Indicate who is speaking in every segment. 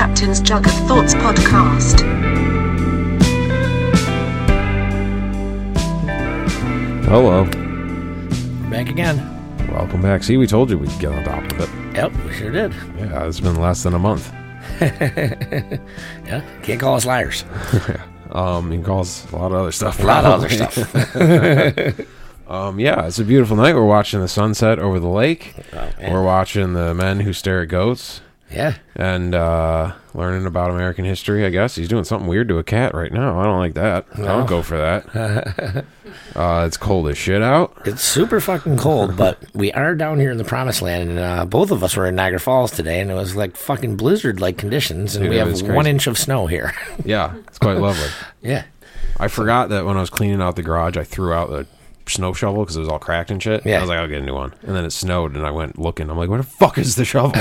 Speaker 1: Martin's Jug of Thoughts podcast.
Speaker 2: Hello.
Speaker 3: Back again.
Speaker 2: Oh, Welcome back. See, we told you we'd get on top of it.
Speaker 3: Yep, we sure did.
Speaker 2: Yeah, it's been less than a month.
Speaker 3: Yeah, can't call us liars.
Speaker 2: Um, you can call us a lot of other stuff.
Speaker 3: A lot of other stuff.
Speaker 2: Um, yeah, it's a beautiful night. We're watching the sunset over the lake.
Speaker 3: Oh, man.
Speaker 2: We're watching the men who stare at goats
Speaker 3: Yeah,
Speaker 2: and uh, learning about American history. I guess he's doing something weird to a cat right now. I don't like that. I don't go for that. uh, it's cold as shit out.
Speaker 3: it's super fucking cold, but we are down here in the promised land, and uh, both of us were in Niagara Falls today, and it was like fucking blizzard like conditions, and
Speaker 2: Dude,
Speaker 3: we
Speaker 2: it
Speaker 3: have
Speaker 2: was crazy.
Speaker 3: one inch of snow here.
Speaker 2: Yeah, it's quite lovely.
Speaker 3: yeah,
Speaker 2: I forgot that when I was cleaning out the garage, I threw out the snow shovel because it was all cracked and shit.
Speaker 3: Yeah.
Speaker 2: I was like, I'll get a new one. And then it snowed, and I went looking. I'm like, where the fuck is the shovel?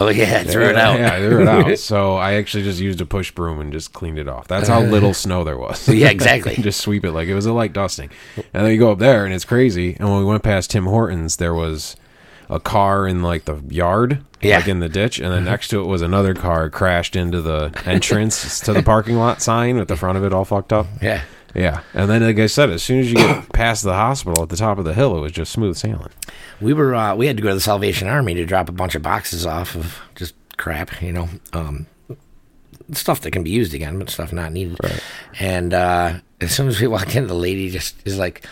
Speaker 3: oh yeah, threw it out.
Speaker 2: Yeah, I threw it out. So I actually just used a push broom and just cleaned it off. That's how little snow there was.
Speaker 3: Yeah, exactly.
Speaker 2: just sweep it like it was a light dusting. And then you go up there, and it's crazy. And when we went past Tim Hortons, there was a car in like the yard,
Speaker 3: Yeah.
Speaker 2: like in the ditch, and then next to it was another car crashed into the entrance to the parking lot sign with the front of it all fucked up.
Speaker 3: Yeah,
Speaker 2: Yeah, and then like I said, as soon as you get past the hospital at the top of the hill, it was just smooth sailing.
Speaker 3: we were uh, we had to go to the Salvation Army to drop a bunch of boxes off of just crap, you know, um, stuff that can be used again, but stuff not needed. And uh, as soon as we walk in, the lady just is like,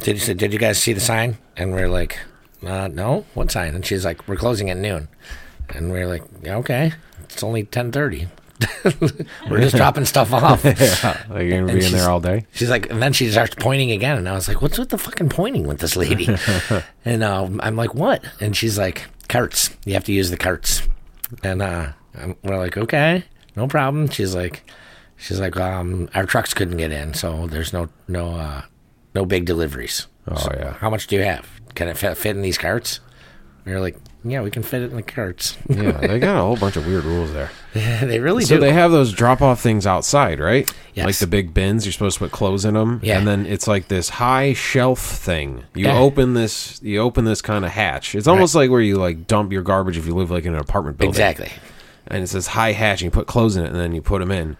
Speaker 3: "Did you say, did you guys see the sign?" And we're like, uh, "No, what sign?" And she's like, "We're closing at noon." And we're like, "Yeah, "Okay, it's only ten thirty. we're just dropping stuff off."
Speaker 2: Like you're gonna
Speaker 3: And
Speaker 2: be in
Speaker 3: she's-
Speaker 2: there all day.
Speaker 3: She's like, and then she starts pointing again, and I was like, "What's with the fucking pointing with this lady?" and uh, I'm like, "What?" And she's like, "Carts. You have to use the carts." And uh, I'm- we're like, "Okay, no problem." She's like, "She's like, um, our trucks couldn't get in, so there's no no uh, no big deliveries.
Speaker 2: Oh
Speaker 3: So
Speaker 2: yeah,
Speaker 3: How much do you have? Can it fit, fit in these carts?" And we are like, "Yeah, we can fit it in the carts."
Speaker 2: yeah. They got a whole bunch of weird rules there.
Speaker 3: they really
Speaker 2: So
Speaker 3: do.
Speaker 2: they have those drop-off things outside, right?
Speaker 3: Yes.
Speaker 2: Like the big bins, you're supposed to put clothes in them.
Speaker 3: Yeah.
Speaker 2: And then it's like this high shelf thing. You
Speaker 3: Yeah.
Speaker 2: open this, you open this kind of hatch. It's almost like where you like dump your garbage if you live like in an apartment building.
Speaker 3: exactly.
Speaker 2: and it says high hatch and you put clothes in it and then you put them in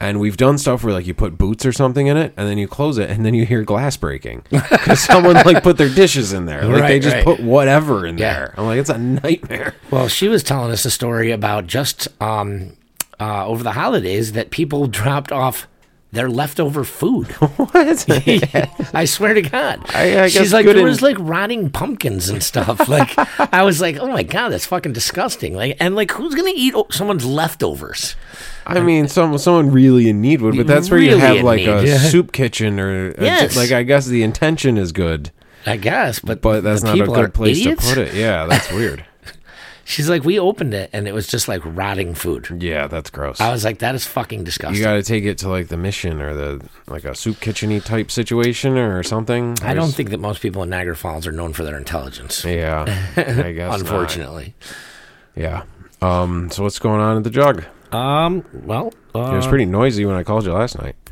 Speaker 2: and we've done stuff where like you put boots or something in it and then you close it and then you hear glass breaking because someone like put their dishes in there like they
Speaker 3: Right,
Speaker 2: just
Speaker 3: right.
Speaker 2: put whatever in
Speaker 3: Yeah.
Speaker 2: there i'm like it's a nightmare
Speaker 3: Well, she was telling us a story about just um, uh, over the holidays that people dropped off their leftover food.
Speaker 2: what
Speaker 3: I swear to God.
Speaker 2: Oh, I- I guess
Speaker 3: She's like,
Speaker 2: good
Speaker 3: there
Speaker 2: in-
Speaker 3: was like rotting pumpkins and stuff. like, I was like, oh my God, that's fucking disgusting. Like, and like, who's going to eat o- someone's leftovers?
Speaker 2: i mean some, someone really in need would but that's where you
Speaker 3: Really
Speaker 2: have
Speaker 3: in
Speaker 2: like a
Speaker 3: need. Yeah.
Speaker 2: soup kitchen or a-
Speaker 3: Yes.
Speaker 2: like i guess the intention is good
Speaker 3: I guess, but
Speaker 2: but that's
Speaker 3: the
Speaker 2: not a
Speaker 3: people are
Speaker 2: good place
Speaker 3: idiots?
Speaker 2: to put it yeah that's weird
Speaker 3: She's like, we opened it and it was just like rotting food.
Speaker 2: yeah that's gross
Speaker 3: I was like, that is fucking disgusting.
Speaker 2: you got to take it to like the mission or the like a soup kitcheny type situation or something.
Speaker 3: I don't think that most people in Niagara Falls are known for their intelligence.
Speaker 2: Yeah, I guess. not.
Speaker 3: Unfortunately,
Speaker 2: Yeah. Um. So what's going on at the jug?
Speaker 3: um, well, uh,
Speaker 2: It was pretty noisy when I called you last night.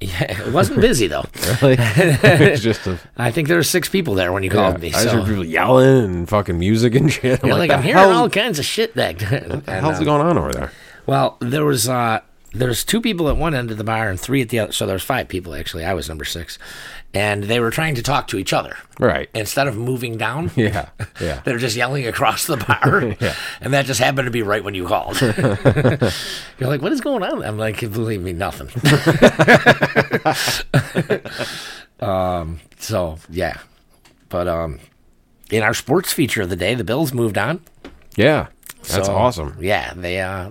Speaker 3: Yeah, it wasn't busy though.
Speaker 2: Really? it's just a,
Speaker 3: I think there were six people there when you
Speaker 2: yeah,
Speaker 3: called
Speaker 2: I
Speaker 3: me.
Speaker 2: just heard
Speaker 3: So
Speaker 2: people yelling and fucking music and shit. I'm
Speaker 3: you're like,
Speaker 2: the
Speaker 3: I'm hearing
Speaker 2: hell-
Speaker 3: all kinds of shit back then.
Speaker 2: the
Speaker 3: And,
Speaker 2: hell's
Speaker 3: uh,
Speaker 2: going on over there?
Speaker 3: well, there was uh, there's two people at one end of the bar and three at the other. So there's five people actually. I was number six, and they were trying to talk to each other
Speaker 2: Right.
Speaker 3: instead of moving down.
Speaker 2: Yeah. Yeah.
Speaker 3: They're just yelling across the bar, and that just happened to be right when you called. You're like, "What is going on?" I'm like, "Believe me, nothing." um, Um, so yeah, but um, in our sports feature of the day, the Bills moved on.
Speaker 2: yeah. That's
Speaker 3: So,
Speaker 2: awesome.
Speaker 3: Yeah, they uh,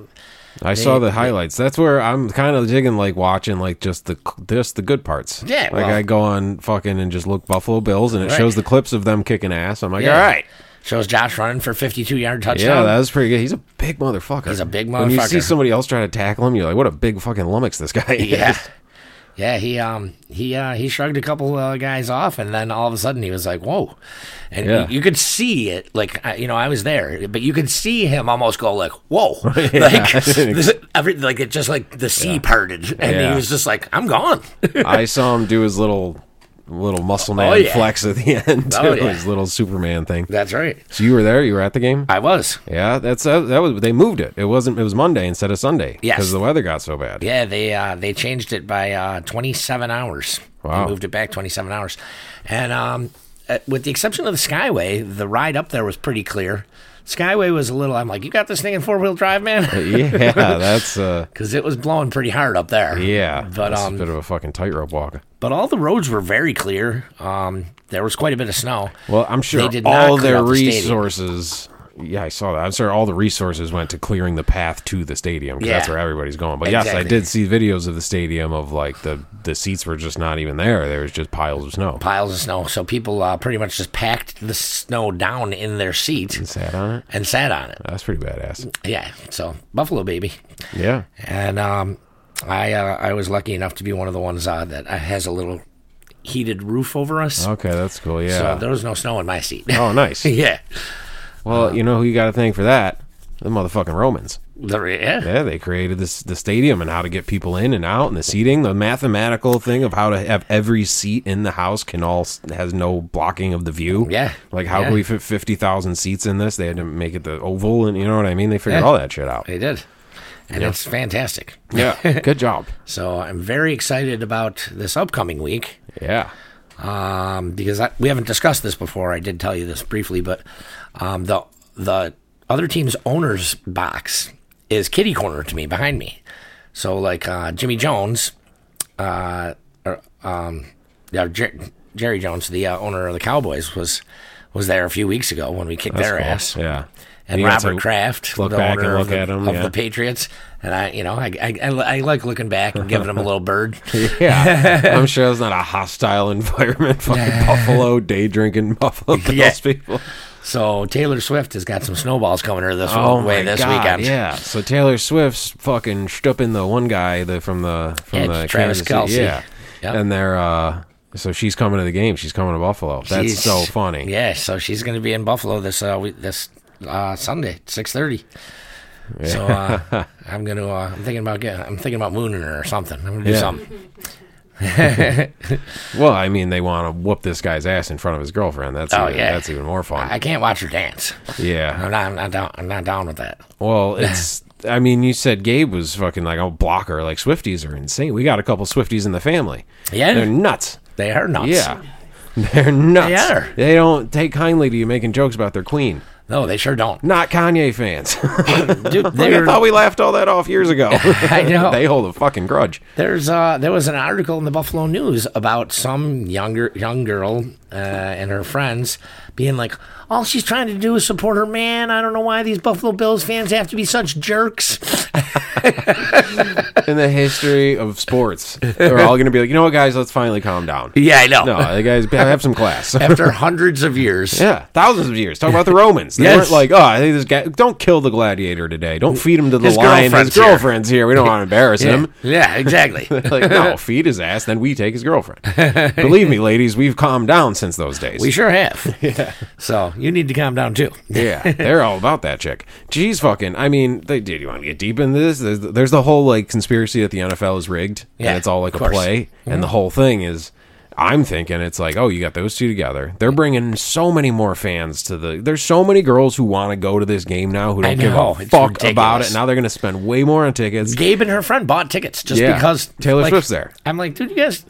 Speaker 2: I saw the highlights. That's where I'm kind of digging, like watching, like just the just the good parts.
Speaker 3: Yeah,
Speaker 2: Like
Speaker 3: well-
Speaker 2: I go on fucking and just look Buffalo Bills, and it
Speaker 3: Right.
Speaker 2: shows the clips of them kicking ass. I'm like,
Speaker 3: yeah.
Speaker 2: all right.
Speaker 3: shows Josh running for 52 yard
Speaker 2: Yeah,
Speaker 3: touchdown.
Speaker 2: that was pretty good. He's a big motherfucker.
Speaker 3: He's a big
Speaker 2: When you see
Speaker 3: motherfucker.
Speaker 2: somebody else trying to tackle him, you're like, what a big fucking lummox this guy is.
Speaker 3: Yeah. Yeah, he um he uh he shrugged a couple uh, guys off, and then all of a sudden he was like, "Whoa!" And
Speaker 2: Yeah.
Speaker 3: you, you could see it, like I, you know, I was there, but you could see him almost go like, "Whoa!" Like this, every like it just like the sea parted, and
Speaker 2: Yeah.
Speaker 3: he was just like, "I'm gone."
Speaker 2: I saw him do his little little muscle man
Speaker 3: Oh, yeah.
Speaker 2: flex at the end. Too,
Speaker 3: Oh, yeah.
Speaker 2: His little Superman thing.
Speaker 3: That's right.
Speaker 2: So you were there. You were at the game.
Speaker 3: I was.
Speaker 2: Yeah, that's uh, that was they moved it. It wasn't. It was Monday instead of Sunday.
Speaker 3: Yes.
Speaker 2: because the weather got so bad.
Speaker 3: Yeah, they uh, they changed it by uh, 27 hours.
Speaker 2: Wow.
Speaker 3: They moved it back 27 hours. And um, uh, with the exception of the Skyway, the ride up there was pretty clear. Skyway was a little, I'm like, you got this thing in four wheel drive, man?
Speaker 2: yeah, that's uh,
Speaker 3: Because it was blowing pretty hard up there.
Speaker 2: yeah.
Speaker 3: But
Speaker 2: that's
Speaker 3: um,
Speaker 2: a bit of a fucking tightrope walk.
Speaker 3: but all the roads were very clear. Um, there was quite a bit of snow.
Speaker 2: Well, I'm sure
Speaker 3: They did not
Speaker 2: all
Speaker 3: clear
Speaker 2: their
Speaker 3: out the stadium.
Speaker 2: resources. yeah, I saw that. I'm sure all the resources went to clearing the path to the stadium 'cause that's
Speaker 3: Yeah.
Speaker 2: where everybody's going. But yes, I
Speaker 3: Exactly.
Speaker 2: did see videos of the stadium of like the the seats were just not even there. There was just piles of snow.
Speaker 3: piles of snow. So people uh, pretty much just packed the snow down in their seat
Speaker 2: Sat on it.
Speaker 3: and sat on it. Mm.
Speaker 2: That's pretty badass.
Speaker 3: Yeah. So Buffalo baby.
Speaker 2: Yeah.
Speaker 3: And um, I uh, I was lucky enough to be one of the ones uh, that has a little heated roof over us.
Speaker 2: Okay, that's cool.
Speaker 3: So
Speaker 2: Oh, Yeah.
Speaker 3: there was no snow in my seat.
Speaker 2: oh, nice.
Speaker 3: yeah.
Speaker 2: Well, you know who you got to thank for that? The motherfucking Romans.
Speaker 3: There- yeah.
Speaker 2: Yeah, they created this the stadium and how to get people in and out and the seating, the mathematical thing of how to have every seat in the house can all s- has no blocking of the view.
Speaker 3: Yeah.
Speaker 2: like how
Speaker 3: Yeah.
Speaker 2: can we fit fifty thousand seats in this? They had to make it the oval, and you know what I mean. They figured
Speaker 3: Yeah.
Speaker 2: all that shit out.
Speaker 3: They did. And it's fantastic.
Speaker 2: Yeah, good job.
Speaker 3: So I'm very excited about this upcoming week.
Speaker 2: Yeah,
Speaker 3: um, because I, we haven't discussed this before. I did tell you this briefly, but um, the the other team's owner's box is kitty corner to me behind me. So like uh, Jimmy Jones, uh, or, um, yeah, Jer- Jerry Jones, the uh, owner of the Cowboys, was was there a few weeks ago when we kicked their
Speaker 2: Cool.
Speaker 3: ass.
Speaker 2: Yeah,
Speaker 3: And
Speaker 2: You got
Speaker 3: Robert
Speaker 2: to
Speaker 3: Kraft,
Speaker 2: look
Speaker 3: the
Speaker 2: back and
Speaker 3: owner
Speaker 2: look
Speaker 3: of, the,
Speaker 2: at 'em,
Speaker 3: of
Speaker 2: yeah.
Speaker 3: the Patriots, and I, you know, I, I, I, I like looking back and giving him a little bird.
Speaker 2: Yeah, I'm sure it's not a hostile environment. Fucking Buffalo day drinking Buffalo Bills
Speaker 3: Yeah.
Speaker 2: people.
Speaker 3: So Taylor Swift has got some snowballs coming her this way Oh this weekend.
Speaker 2: Oh Yeah. So Taylor Swift's fucking stooping the one guy the, from the from
Speaker 3: Yeah,
Speaker 2: the
Speaker 3: Travis
Speaker 2: Kansas City-
Speaker 3: Kelce.
Speaker 2: Yeah.
Speaker 3: Yep.
Speaker 2: And they're uh so she's coming to the game. She's coming to Buffalo. That's
Speaker 3: She's-
Speaker 2: so funny.
Speaker 3: Yeah, so she's going to be in Buffalo this uh, we, this uh, Sunday, six thirty. So uh, I'm gonna. Uh, I'm thinking about getting. I'm thinking about mooning her or something. I'm gonna do
Speaker 2: Yeah.
Speaker 3: something.
Speaker 2: Well, I mean, they want to whoop this guy's ass in front of his girlfriend. That's
Speaker 3: Oh,
Speaker 2: even,
Speaker 3: yeah.
Speaker 2: that's even more fun.
Speaker 3: I can't watch her dance.
Speaker 2: yeah.
Speaker 3: I'm not. I'm not down. I'm not down with that.
Speaker 2: Well, it's. I mean, you said Gabe was fucking like a blocker. Like Swifties are insane. We got a couple Swifties in the family.
Speaker 3: Yeah.
Speaker 2: They're nuts.
Speaker 3: They are nuts.
Speaker 2: Yeah. They're nuts.
Speaker 3: They are.
Speaker 2: They don't take kindly to you making jokes about their queen.
Speaker 3: No, they sure don't.
Speaker 2: Not Kanye fans.
Speaker 3: Dude,
Speaker 2: Like, I
Speaker 3: they're-
Speaker 2: thought we laughed all that off years ago.
Speaker 3: I know.
Speaker 2: they hold a fucking grudge.
Speaker 3: There's uh, there was an article in the Buffalo News about some younger young girl uh, and her friends being like, all she's trying to do is support her man. I don't know why these Buffalo Bills fans have to be such jerks.
Speaker 2: In the history of sports, they're all going to be like, you know what, guys, let's finally calm down.
Speaker 3: Yeah, I know.
Speaker 2: No, the guys have some class.
Speaker 3: After hundreds of years,
Speaker 2: Yeah, thousands of years. Talk about the Romans. They
Speaker 3: Yes.
Speaker 2: weren't like, oh, I think this guy. Don't kill the gladiator today. Don't feed him to the
Speaker 3: His
Speaker 2: lion.
Speaker 3: girlfriend's
Speaker 2: his
Speaker 3: here."
Speaker 2: girlfriend's here. We don't want to embarrass
Speaker 3: yeah,
Speaker 2: him.
Speaker 3: yeah, exactly.
Speaker 2: Like, no, feed his ass, then we take his girlfriend. Believe me, ladies, we've calmed down since those days.
Speaker 3: we sure have. Yeah. So you need to calm down too.
Speaker 2: yeah, they're all about that chick. Jeez, fucking. I mean, they did. You want to get deep into this? There's, there's the whole like conspiracy that the NFL is rigged,
Speaker 3: Yeah,
Speaker 2: and it's all like a
Speaker 3: of course. Mm-hmm.
Speaker 2: play, and the whole thing is. I'm thinking it's like, oh, you got those two together. They're bringing so many more fans to the. There's so many girls who want to go to this game now who
Speaker 3: I
Speaker 2: don't give
Speaker 3: know,
Speaker 2: a
Speaker 3: it's
Speaker 2: fuck about
Speaker 3: ridiculous.
Speaker 2: it. Now they're going to spend way more on tickets.
Speaker 3: Gabe and her friend bought tickets just
Speaker 2: Yeah.
Speaker 3: because
Speaker 2: Taylor
Speaker 3: like,
Speaker 2: Swift's there.
Speaker 3: I'm like, dude, you guys,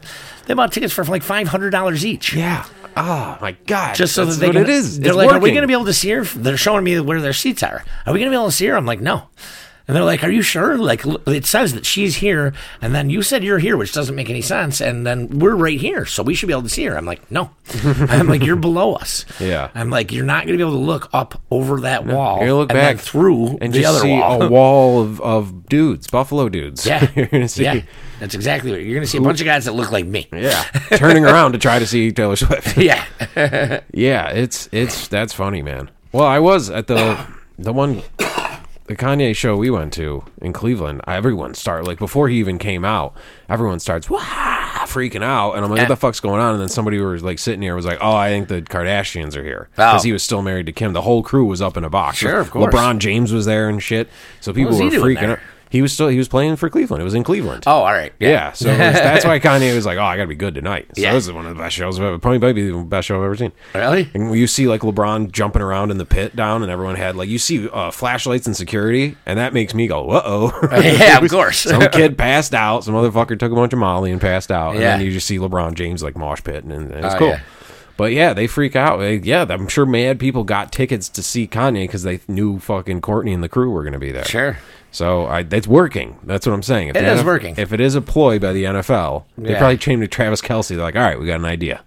Speaker 3: they bought tickets for like five hundred dollars each.
Speaker 2: Yeah. Oh my god.
Speaker 3: just so
Speaker 2: That's
Speaker 3: that they
Speaker 2: what
Speaker 3: can,
Speaker 2: it is.
Speaker 3: They're
Speaker 2: It's
Speaker 3: like, "Are we
Speaker 2: working."
Speaker 3: going to be able to see her?" They're showing me where their seats are. Are we going to be able to see her? I'm like, "No." And they're like, "Are you sure?" Like l- it says that she's here, and then you said you're here, which doesn't make any sense. And then we're right here, so we should be able to see her. I'm like, "No." I'm like, "You're below us."
Speaker 2: Yeah.
Speaker 3: I'm like, "You're not going to be able to look up over that wall.
Speaker 2: You're gonna look
Speaker 3: and
Speaker 2: back
Speaker 3: then through
Speaker 2: and
Speaker 3: the
Speaker 2: just
Speaker 3: other
Speaker 2: see
Speaker 3: wall."
Speaker 2: a wall of, of dudes, Buffalo dudes.
Speaker 3: Yeah.
Speaker 2: You're gonna see
Speaker 3: yeah. That's exactly what you're going to see. A bunch of guys that look like me.
Speaker 2: Yeah, turning around to try to see Taylor Swift.
Speaker 3: Yeah.
Speaker 2: Yeah, it's it's that's funny, man. Well, I was at the the one the Kanye show we went to in Cleveland. Everyone started like before he even came out. Everyone starts Wah! freaking out, and I'm like, "What the fuck's going on?" And then somebody who was like sitting here was like, "Oh, I think the Kardashians are here because
Speaker 3: Oh.
Speaker 2: he was still married to Kim." The whole crew was up in a box.
Speaker 3: Sure, of course.
Speaker 2: LeBron James was there and shit, so people
Speaker 3: was he
Speaker 2: were
Speaker 3: doing
Speaker 2: freaking
Speaker 3: there?
Speaker 2: out. He was still he was playing for Cleveland. It was in Cleveland.
Speaker 3: Oh, all right.
Speaker 2: Yeah, so it was- that's why Kanye was like, "Oh, I gotta be good tonight." So
Speaker 3: Yeah.
Speaker 2: this is one of the best shows I've ever. Probably maybe the best show I've ever seen.
Speaker 3: Really?
Speaker 2: And you see like LeBron jumping around in the pit down, and everyone had like you see uh, flashlights and security, and that makes me go, "Uh oh."
Speaker 3: yeah, of course.
Speaker 2: Some kid passed out. Some motherfucker took a bunch of Molly and passed out. And then
Speaker 3: Yeah.
Speaker 2: you just see LeBron James like mosh pit, and, and it's
Speaker 3: Oh,
Speaker 2: cool.
Speaker 3: yeah.
Speaker 2: But yeah, they freak out. They- yeah, I'm sure mad people got tickets to see Kanye because they knew fucking Courtney and the crew were going to be there.
Speaker 3: Sure.
Speaker 2: So I, that's working. That's what I'm saying. If
Speaker 3: It
Speaker 2: the
Speaker 3: is
Speaker 2: NF
Speaker 3: working.
Speaker 2: If it is a ploy by the NFL, they
Speaker 3: Yeah.
Speaker 2: probably chained to Travis Kelsey. They're like, all right, we got an idea.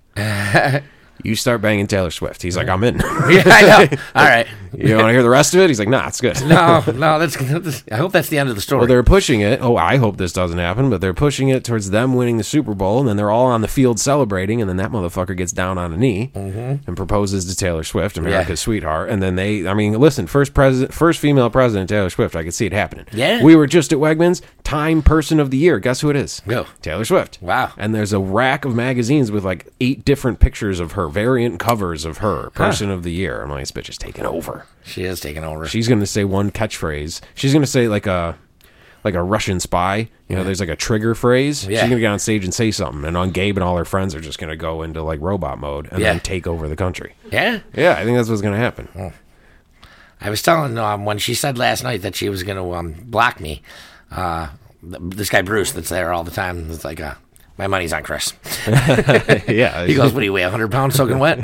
Speaker 2: you start banging Taylor Swift. He's like, I'm in.
Speaker 3: Yeah, I know. All right.
Speaker 2: you want to hear the rest of it? He's like, nah, it's good.
Speaker 3: No, no, that's, that's. I hope that's the end of the story.
Speaker 2: Well, they're pushing it. Oh, I hope this doesn't happen, but they're pushing it towards them winning the Super Bowl, and then they're all on the field celebrating, and then that motherfucker gets down on a knee
Speaker 3: Mm-hmm.
Speaker 2: and proposes to Taylor Swift, America's sweetheart, and then they. I mean, listen, first president, first female president, Taylor Swift. I could see it happening.
Speaker 3: Yeah.
Speaker 2: we were just at Wegmans, Time Person of the Year. Guess who it is?
Speaker 3: Who?
Speaker 2: Taylor Swift.
Speaker 3: Wow.
Speaker 2: And there's a rack of magazines with like eight different pictures of her, variant covers of her, Person of the Year. I'm like, this bitch is taking over.
Speaker 3: she is taking over.
Speaker 2: She's gonna say one catchphrase. She's gonna say like a like a Russian spy. You know, there's like a trigger phrase.
Speaker 3: Yeah.
Speaker 2: She's gonna get on stage and say something, and on Gabe and all her friends are just gonna go into like robot mode and
Speaker 3: Yeah.
Speaker 2: then take over the country.
Speaker 3: yeah.
Speaker 2: Yeah, I think that's what's gonna happen.
Speaker 3: I was telling um, when she said last night that she was going to um, block me. Uh, th- this guy Bruce that's there all the time. It's like, uh, my money's on Chris.
Speaker 2: yeah.
Speaker 3: He goes, "What do you weigh? 100 pounds soaking wet?"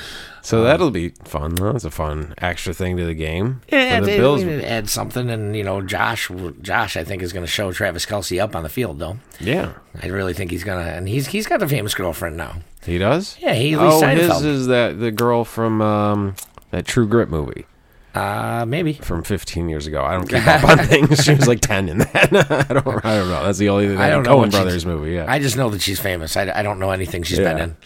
Speaker 2: so that'll be fun. though. That's a fun extra thing to the game.
Speaker 3: yeah,
Speaker 2: For the
Speaker 3: they,
Speaker 2: Bills.
Speaker 3: they add something, and you know, Josh, Josh, I think is going to show Travis Kelsey up on the field though.
Speaker 2: Yeah,
Speaker 3: I really think he's gonna, and he's he's got the famous girlfriend now.
Speaker 2: he does.
Speaker 3: Yeah, he- Haley
Speaker 2: oh,
Speaker 3: Steinfeld.
Speaker 2: his is that the girl from um, that True Grit movie.
Speaker 3: Uh, maybe.
Speaker 2: from 15 years ago. I don't keep up on things. She was like 10 in that. I don't. I don't know. That's the only thing.
Speaker 3: I don't know
Speaker 2: Coen
Speaker 3: what she's-
Speaker 2: Brothers movie. Yeah.
Speaker 3: I just know that she's famous. I, I don't know anything she's been
Speaker 2: Yeah.
Speaker 3: in,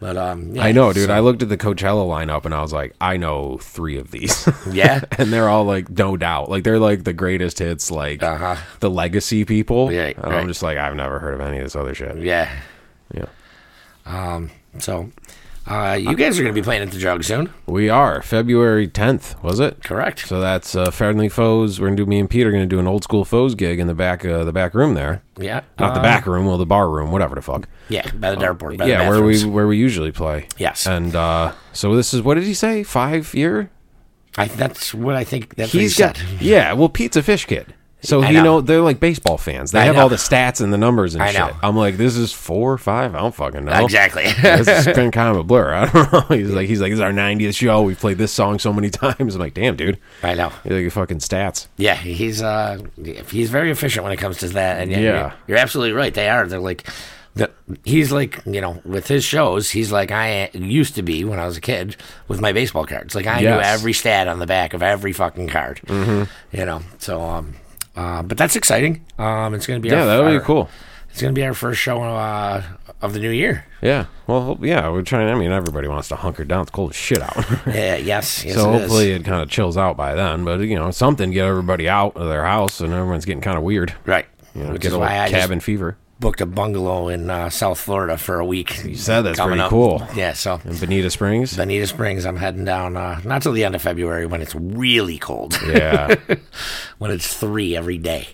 Speaker 3: but um, yeah,
Speaker 2: I know, dude.
Speaker 3: so-
Speaker 2: I looked at the Coachella lineup and I was like, I know three of these.
Speaker 3: Yeah.
Speaker 2: and they're all like, no doubt. Like, they're like the greatest hits, like
Speaker 3: Uh-huh.
Speaker 2: the legacy people.
Speaker 3: Yeah,
Speaker 2: And
Speaker 3: right.
Speaker 2: I'm just like, I've never heard of any of this other shit.
Speaker 3: yeah. Um,
Speaker 2: Yeah.
Speaker 3: So, uh, you guys are gonna be playing at the jug soon,
Speaker 2: We are. February 10th, was it?
Speaker 3: correct?
Speaker 2: So that's uh, Friendly Foes. We're going to do, me and Pete are going to do an old school Foes gig in the back, uh, the back room there.
Speaker 3: yeah. Uh, Uh-huh.
Speaker 2: Not the back room, well, the bar room, whatever the fuck.
Speaker 3: Yeah, by the dartboard. By
Speaker 2: yeah,
Speaker 3: the
Speaker 2: where we
Speaker 3: bathrooms.
Speaker 2: where we usually play.
Speaker 3: Yes.
Speaker 2: And uh, so this is what did he say? Five year?
Speaker 3: I, that's what I think. That's
Speaker 2: He's
Speaker 3: what he
Speaker 2: got
Speaker 3: said.
Speaker 2: yeah. Well, Pete's a fish kid, so
Speaker 3: I
Speaker 2: you know.
Speaker 3: know.
Speaker 2: they're like baseball fans. They
Speaker 3: I
Speaker 2: have
Speaker 3: know.
Speaker 2: all the stats and the numbers and
Speaker 3: I
Speaker 2: shit.
Speaker 3: know.
Speaker 2: I'm like, this is four, five. I don't fucking know.
Speaker 3: Exactly.
Speaker 2: this has been kind of a blur. I don't know. He's like, he's like, this is our 90th show. We've played this song so many times. I'm like, damn, dude.
Speaker 3: I know.
Speaker 2: You're like, fucking stats.
Speaker 3: Yeah, he's uh, he's very efficient when it comes to that. And yeah,
Speaker 2: Yeah.
Speaker 3: You're, you're absolutely right. They are. They're like, the, he's like, you know, with his shows, he's like I used to be when I was a kid with my baseball cards. Like I knew
Speaker 2: Yes.
Speaker 3: every stat on the back of every fucking card. Mm-hmm. You know, so um, uh, but that's exciting. Um, it's gonna be
Speaker 2: Yeah,
Speaker 3: our,
Speaker 2: that would
Speaker 3: our-
Speaker 2: be cool.
Speaker 3: It's gonna be our first show uh of the new year.
Speaker 2: Yeah. Well, hope- yeah. We're trying. I mean, everybody wants to hunker down. It's cold as shit out.
Speaker 3: Yeah, yes, yes.
Speaker 2: So
Speaker 3: it is.
Speaker 2: hopefully it kind of chills out by then. But you know, something get everybody out of their house, and everyone's getting kind of weird.
Speaker 3: right.
Speaker 2: You know,
Speaker 3: Which
Speaker 2: get
Speaker 3: is
Speaker 2: a little
Speaker 3: why I just-
Speaker 2: cabin fever.
Speaker 3: booked a bungalow in uh, South Florida for a week. You
Speaker 2: said that's pretty cool.
Speaker 3: Yeah, so
Speaker 2: In Bonita Springs.
Speaker 3: Bonita Springs, I'm heading down uh, not till the end of February when it's really cold,
Speaker 2: yeah.
Speaker 3: when it's three every day.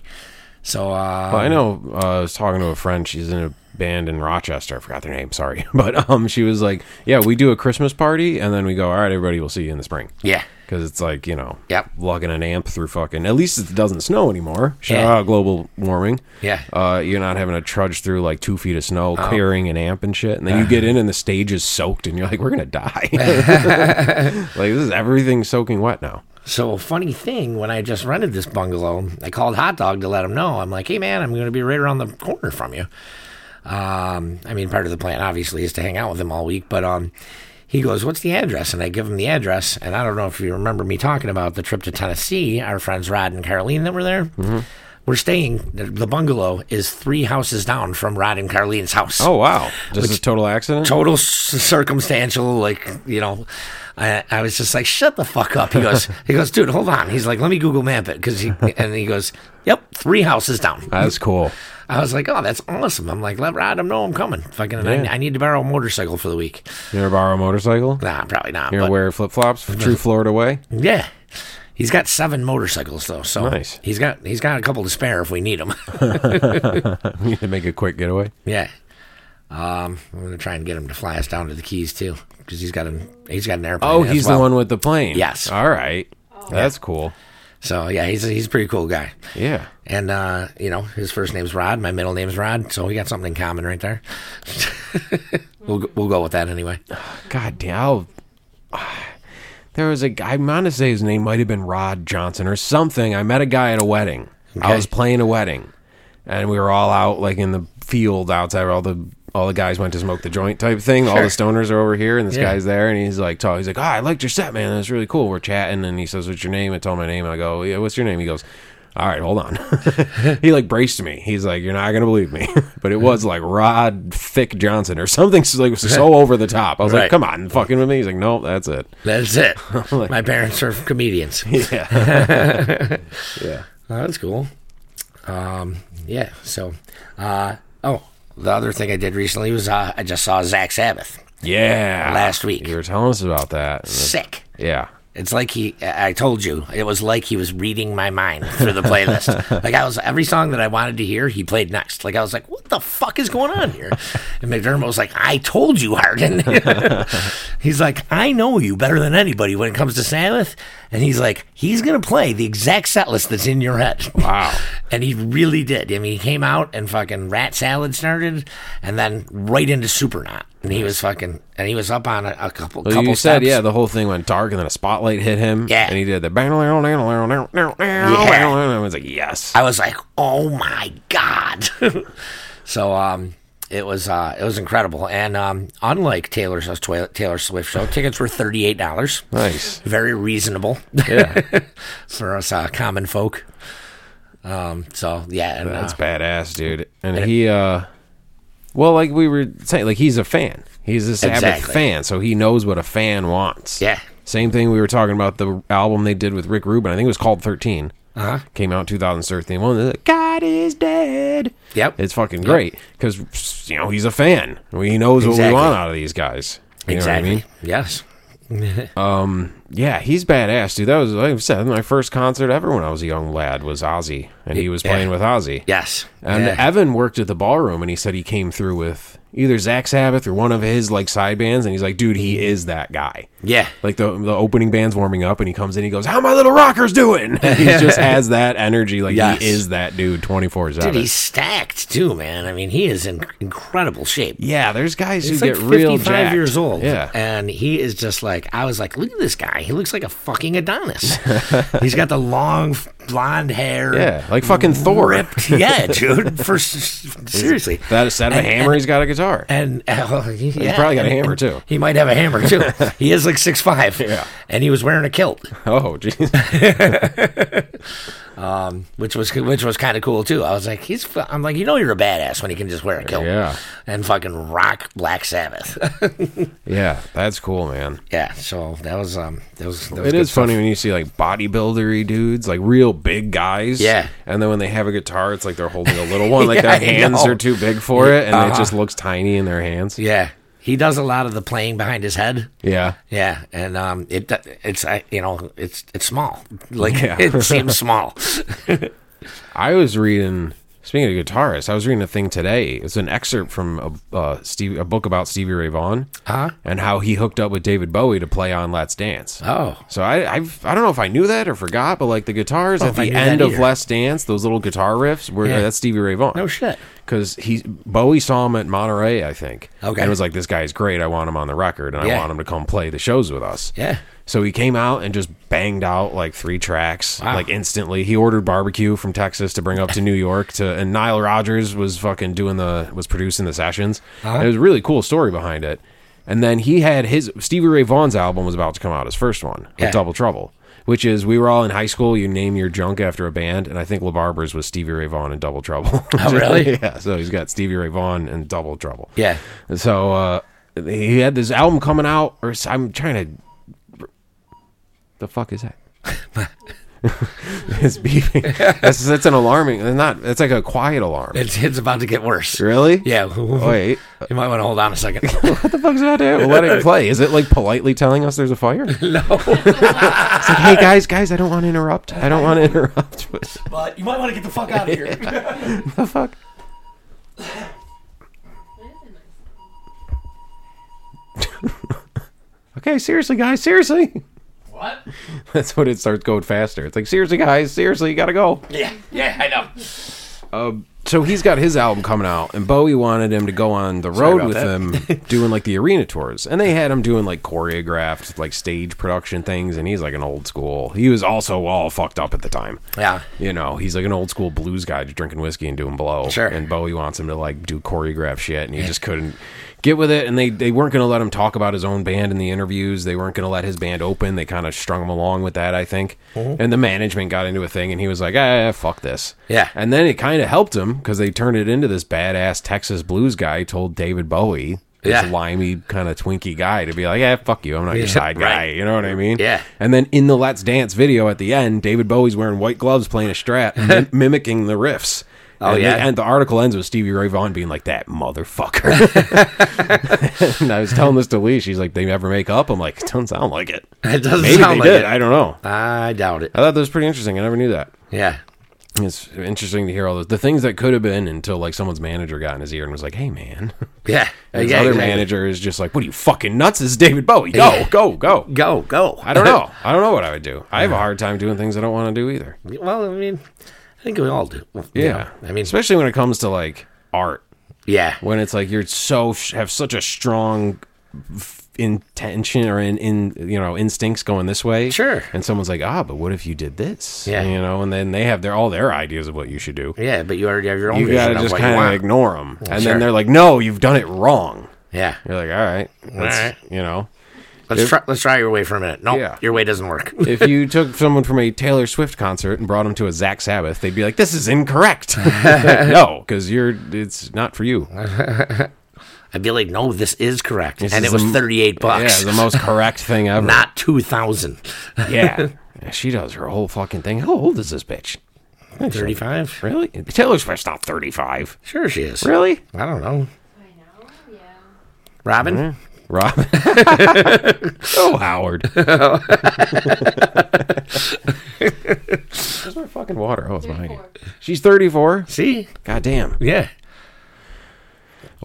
Speaker 3: So uh,
Speaker 2: Well, I know. Uh, I was talking to a friend. She's in a band in Rochester. I forgot their name. Sorry, but um, she was like, "Yeah, we do a Christmas party, and then we go. All right, everybody, we'll see you in the spring."
Speaker 3: yeah,
Speaker 2: Because it's like you know,
Speaker 3: Yep.
Speaker 2: lugging an amp through fucking. At least it doesn't snow anymore. Shout
Speaker 3: Yeah.
Speaker 2: out global warming.
Speaker 3: Yeah.
Speaker 2: uh, you're not having to trudge through like two feet of snow, carrying an amp and shit, and then you get in and the stage is soaked, and you're like, we're gonna die. like this is everything soaking wet now.
Speaker 3: So funny thing, when I just rented this bungalow, I called Hot Dog to let him know. I'm like, hey man, I'm going to be right around the corner from you. Um, I mean, part of the plan obviously is to hang out with him all week, but um, he goes, what's the address? And I give him the address, and I don't know if you remember me talking about the trip to Tennessee. Our friends Rod and Caroline that were there. We're staying. The, the bungalow is three houses down from Rod and Caroline's house
Speaker 2: Oh wow, just a total accident.
Speaker 3: total s- circumstantial like you know I, I was just like shut the fuck up he goes he goes dude hold on he's like let me google map it because he and he goes yep three houses down
Speaker 2: That's cool.
Speaker 3: i was like oh that's awesome i'm like let rod him know i'm coming fucking and
Speaker 2: Yeah.
Speaker 3: I, I need to borrow a motorcycle for the week
Speaker 2: You ever borrow a motorcycle?
Speaker 3: nah probably not
Speaker 2: You ever
Speaker 3: but
Speaker 2: wear flip flops? True Florida way.
Speaker 3: yeah He's got seven motorcycles though, so
Speaker 2: Nice.
Speaker 3: he's got he's got a couple to spare if we need them.
Speaker 2: We need to make a quick getaway.
Speaker 3: yeah, um, I'm gonna try and get him to fly us down to the Keys too, because he's got an he's got an airplane.
Speaker 2: Oh,
Speaker 3: as
Speaker 2: he's
Speaker 3: well.
Speaker 2: the one with the plane.
Speaker 3: Yes.
Speaker 2: All right. That's cool.
Speaker 3: So yeah, he's a, he's a pretty cool guy.
Speaker 2: Yeah.
Speaker 3: And uh, you know, his first name's Rod, my middle name's Rod, so we got something in common right there. we'll go- we'll go with that anyway.
Speaker 2: God damn. I'll- There was a guy, I'm going to say his name might have been Rod Johnson or something. I met a guy at a wedding. I
Speaker 3: Okay.
Speaker 2: was playing a wedding and we were all out like in the field outside where all the all the guys went to smoke the joint type thing. All the stoners are over here and this
Speaker 3: Yeah.
Speaker 2: guy's there and he's like talking. He's like, "Ah, I liked your set, man. That's really cool. We're chatting and he says, What's your name? I told my name. I go, Yeah, what's your name? He goes, All right, hold on. he like braced me. He's like, You're not gonna believe me. but it was like Rod Thick Johnson or something so, like so over the top. I was like,
Speaker 3: Right.
Speaker 2: Come on, fucking with me. He's like, Nope, that's it.
Speaker 3: That's it. my parents are comedians.
Speaker 2: Yeah. yeah.
Speaker 3: Oh, that's cool. Um, yeah. So, uh, oh, the other thing I did recently was uh, I just saw Zach Sabbath
Speaker 2: Yeah.
Speaker 3: last week.
Speaker 2: You were telling us about that.
Speaker 3: Sick.
Speaker 2: Yeah.
Speaker 3: It's like he. I I told you, it was like he was reading my mind through the playlist. like I was every song that I wanted to hear, he played next. Like I was like, what the fuck is going on here? And McDermott was like, I told you, Harden. he's like, I know you better than anybody when it comes to Sabbath. And he's like, he's gonna play the exact set list that's in your head.
Speaker 2: Wow.
Speaker 3: And he really did. I mean, he came out and fucking rat salad started, and then right into Supernaut. And he was fucking, and he was up on a, a couple.
Speaker 2: Well,
Speaker 3: couple
Speaker 2: you said,
Speaker 3: steps.
Speaker 2: yeah, the whole thing went dark and then a spotlight hit him.
Speaker 3: Yeah.
Speaker 2: And he did the bang. I was like, yes.
Speaker 3: I was like, oh my god. so um, it was uh, it was incredible. And um, unlike Taylor's twi- Taylor Swift show, tickets were thirty eight dollars.
Speaker 2: Nice.
Speaker 3: Very reasonable
Speaker 2: Yeah.
Speaker 3: for us uh, common folk. Um, so yeah, and,
Speaker 2: That's
Speaker 3: uh,
Speaker 2: badass, dude. And he, uh, well, like we were saying, like he's a fan. He's a Sabbath
Speaker 3: Exactly.
Speaker 2: fan, so he knows what a fan wants.
Speaker 3: Yeah.
Speaker 2: Same thing we were talking about the album they did with Rick Rubin. I think it was called 13.
Speaker 3: Uh-huh.
Speaker 2: Came out in 2013. One, they're like, God is dead.
Speaker 3: Yep.
Speaker 2: It's fucking great because, you know, he's a fan. He knows what we
Speaker 3: Exactly.
Speaker 2: want out of these guys. You know what I
Speaker 3: exactly.
Speaker 2: mean?
Speaker 3: Yes.
Speaker 2: Yeah, he's badass, dude. That was, like I said, my first concert ever when I was a young lad was Ozzy, and he was
Speaker 3: Yeah.
Speaker 2: playing with Ozzy.
Speaker 3: Yes.
Speaker 2: And
Speaker 3: Yeah.
Speaker 2: Evan worked at the ballroom, and he said he came through with either Zach Sabbath or one of his like side bands, and he's like, "Dude, he is that guy."
Speaker 3: Yeah.
Speaker 2: Like the the opening band's warming up, and he comes in, he goes, "How my little rockers doing?" And he just has that energy, like
Speaker 3: Yes.
Speaker 2: he is that dude twenty four
Speaker 3: Dude,
Speaker 2: seven.
Speaker 3: he's stacked too, man. I mean, he is in incredible shape.
Speaker 2: Yeah, there's guys
Speaker 3: He's
Speaker 2: who
Speaker 3: like
Speaker 2: get real
Speaker 3: 55
Speaker 2: jacked.
Speaker 3: years old.
Speaker 2: Yeah,
Speaker 3: And he is just like, I was like, look at this guy. He looks like a fucking Adonis. He's got the long f- blonde hair.
Speaker 2: yeah, like fucking Thor.
Speaker 3: Ripped. Yeah, dude. For, s- seriously.
Speaker 2: That instead of a
Speaker 3: And-
Speaker 2: hammer, he's got a guitar.
Speaker 3: And uh, yeah,
Speaker 2: probably got a
Speaker 3: and-
Speaker 2: hammer,
Speaker 3: and
Speaker 2: too.
Speaker 3: He might have a hammer too. he is like six five. Yeah. And he was wearing a kilt,
Speaker 2: oh, jeez.
Speaker 3: um, which was which was kind of cool too. I was like, he's. fu- I'm like, you know, you're a badass when you can just wear a kilt.
Speaker 2: Yeah.
Speaker 3: And fucking rock Black Sabbath.
Speaker 2: yeah, that's cool, man.
Speaker 3: yeah. So that was um. That was. That was
Speaker 2: It
Speaker 3: good
Speaker 2: is
Speaker 3: stuff.
Speaker 2: funny when you see like bodybuildery dudes, like real big guys.
Speaker 3: Yeah.
Speaker 2: And then when they have a guitar, it's like they're holding a little one. Like
Speaker 3: Yeah,
Speaker 2: their
Speaker 3: I
Speaker 2: hands
Speaker 3: know. Uh-huh.
Speaker 2: are too big for it, and it just looks tiny in their hands.
Speaker 3: Yeah, he does a lot of the playing behind his head.
Speaker 2: Yeah.
Speaker 3: Yeah, and um, it it's I you know it's it's small. Like
Speaker 2: Yeah.
Speaker 3: it seems small.
Speaker 2: I was reading. Speaking of guitarists, I was reading a thing today. It's an excerpt from a uh, Steve, a book about Stevie Ray Vaughan
Speaker 3: Huh?
Speaker 2: and how he hooked up with David Bowie to play on Let's Dance.
Speaker 3: Oh,
Speaker 2: So I I've, I don't know if I knew that or forgot, but like the guitars at
Speaker 3: Oh, if I
Speaker 2: the
Speaker 3: knew that
Speaker 2: end of
Speaker 3: either.
Speaker 2: Let's Dance, those little guitar riffs were
Speaker 3: Yeah.
Speaker 2: that's Stevie Ray Vaughan.
Speaker 3: no shit.
Speaker 2: because he Bowie saw him at Monterey, I think.
Speaker 3: Okay.
Speaker 2: and was like, "This guy's great. I want him on the record, and I
Speaker 3: Yeah.
Speaker 2: want him to come play the shows with us."
Speaker 3: Yeah.
Speaker 2: So he came out and just banged out like three tracks, like instantly. He ordered barbecue from Texas to bring up to New York to, and Nile Rodgers was fucking doing the was producing the sessions.
Speaker 3: Uh-huh.
Speaker 2: And It was a really cool story behind it. And then he had his Stevie Ray Vaughan's album was about to come out, his first one, with
Speaker 3: Yeah.
Speaker 2: Double Trouble, which is we were all in high school. You name your junk after a band, and I think LaBarbers was Stevie Ray Vaughan and Double Trouble.
Speaker 3: Oh, really?
Speaker 2: yeah. So he's got Stevie Ray Vaughan and Double Trouble.
Speaker 3: Yeah.
Speaker 2: So uh, he had this album coming out, or s- I'm trying to. The fuck is that? it's beeping. That's that's an alarming. It's not. It's like a quiet alarm.
Speaker 3: It's it's about to get worse.
Speaker 2: really? Oh,
Speaker 3: Yeah.
Speaker 2: Wait.
Speaker 3: You might want to hold on a second.
Speaker 2: What the fuck's that? do? Let it play. Is it like politely telling us there's a fire? No. it's like, hey guys, guys, I don't want to interrupt. I don't want to interrupt. What
Speaker 3: but you might want to get the fuck out of here.
Speaker 2: the fuck? okay, seriously, guys, seriously.
Speaker 3: what?
Speaker 2: That's when it starts going faster. It's like, seriously, guys, seriously, you gotta go.
Speaker 3: Yeah. Yeah, I know.
Speaker 2: So he's got his album coming out, and Bowie wanted him to go on the road
Speaker 3: about
Speaker 2: with him, doing like the arena tours, and they had him doing like choreographed, like stage production things. And he's like an old school. He was also all fucked up at the time.
Speaker 3: Yeah.
Speaker 2: You know, he's like an old school blues guy just drinking whiskey and doing blow.
Speaker 3: Sure.
Speaker 2: And Bowie wants him to like do choreograph shit, and he just couldn't get with it. And they, they weren't going to let him talk about his own band in the interviews. They weren't going to let his band open. They kind of strung him along with that, I think.
Speaker 3: Mm-hmm.
Speaker 2: And the management got into a thing, and he was like, ah, fuck this.
Speaker 3: Yeah.
Speaker 2: And then it kind of helped him because they turned it into this badass Texas blues guy told David Bowie. This
Speaker 3: Yeah.
Speaker 2: limey kind of twinkie guy to be like, yeah, fuck you, I'm not your side guy.
Speaker 3: Right.
Speaker 2: You know what I mean?
Speaker 3: Yeah.
Speaker 2: And then in the Let's Dance video at the end, David Bowie's wearing white gloves playing a strat, mim- mimicking the riffs.
Speaker 3: Oh,
Speaker 2: and
Speaker 3: yeah?
Speaker 2: The, and the article ends with Stevie Ray Vaughan being like, that motherfucker. and I was telling this to Lee. She's like, they never make up. I'm like, it doesn't sound like it.
Speaker 3: It doesn't
Speaker 2: Maybe
Speaker 3: sound
Speaker 2: they
Speaker 3: like
Speaker 2: did.
Speaker 3: it.
Speaker 2: I don't know.
Speaker 3: I doubt it.
Speaker 2: I thought that was pretty interesting. I never knew that.
Speaker 3: Yeah.
Speaker 2: It's interesting to hear all those the things that could have been until like someone's manager got in his ear and was like, "Hey man,"
Speaker 3: Yeah.
Speaker 2: and his
Speaker 3: yeah,
Speaker 2: other
Speaker 3: exactly.
Speaker 2: manager is just like, "What are you fucking nuts? This is David Bowie. Go,
Speaker 3: Yeah.
Speaker 2: go, go."
Speaker 3: Go, go.
Speaker 2: I don't know. I don't know what I would do. I have a hard time doing things I don't want to do either.
Speaker 3: well, I mean, I think we all do. Well, you
Speaker 2: Yeah,
Speaker 3: know, I mean,
Speaker 2: especially when it comes to like art,
Speaker 3: yeah.
Speaker 2: when it's like you're so have such a strong f- intention or in in you know instincts going this way.
Speaker 3: Sure.
Speaker 2: And someone's like, "Ah, but what if you did this?"
Speaker 3: Yeah.
Speaker 2: You know, and then they have their all their ideas of what you should do.
Speaker 3: Yeah, but you already have your own
Speaker 2: you
Speaker 3: vision
Speaker 2: gotta
Speaker 3: of
Speaker 2: just
Speaker 3: what you
Speaker 2: kind of
Speaker 3: want.
Speaker 2: ignore them, and
Speaker 3: Sure.
Speaker 2: then they're like, "No, you've done it wrong."
Speaker 3: yeah.
Speaker 2: You're like, "All right, let's-
Speaker 3: right.
Speaker 2: you know."
Speaker 3: Let's try, let's try your way for a minute. No,
Speaker 2: Yeah.
Speaker 3: your way doesn't work.
Speaker 2: If you took someone from a Taylor Swift concert and brought them to a Zach Sabbath, they'd be like, "This is incorrect." Like, no, because you're it's not for you.
Speaker 3: I'd be like, no, this is correct. and
Speaker 2: is
Speaker 3: it was
Speaker 2: the-
Speaker 3: 38 bucks,
Speaker 2: Yeah, the most correct thing ever.
Speaker 3: not 2000
Speaker 2: yeah, she does her whole fucking thing. How old is this bitch?
Speaker 3: 35?
Speaker 2: Really? Taylor Swift's not thirty-five.
Speaker 3: Sure, she is.
Speaker 2: Really?
Speaker 3: I don't know.
Speaker 4: I know, yeah.
Speaker 3: Robin?
Speaker 2: Mm-hmm. Rob. oh, Howard. Where's my fucking water? Oh, it's behind you. She's 34.
Speaker 3: See?
Speaker 2: God damn.
Speaker 3: Yeah.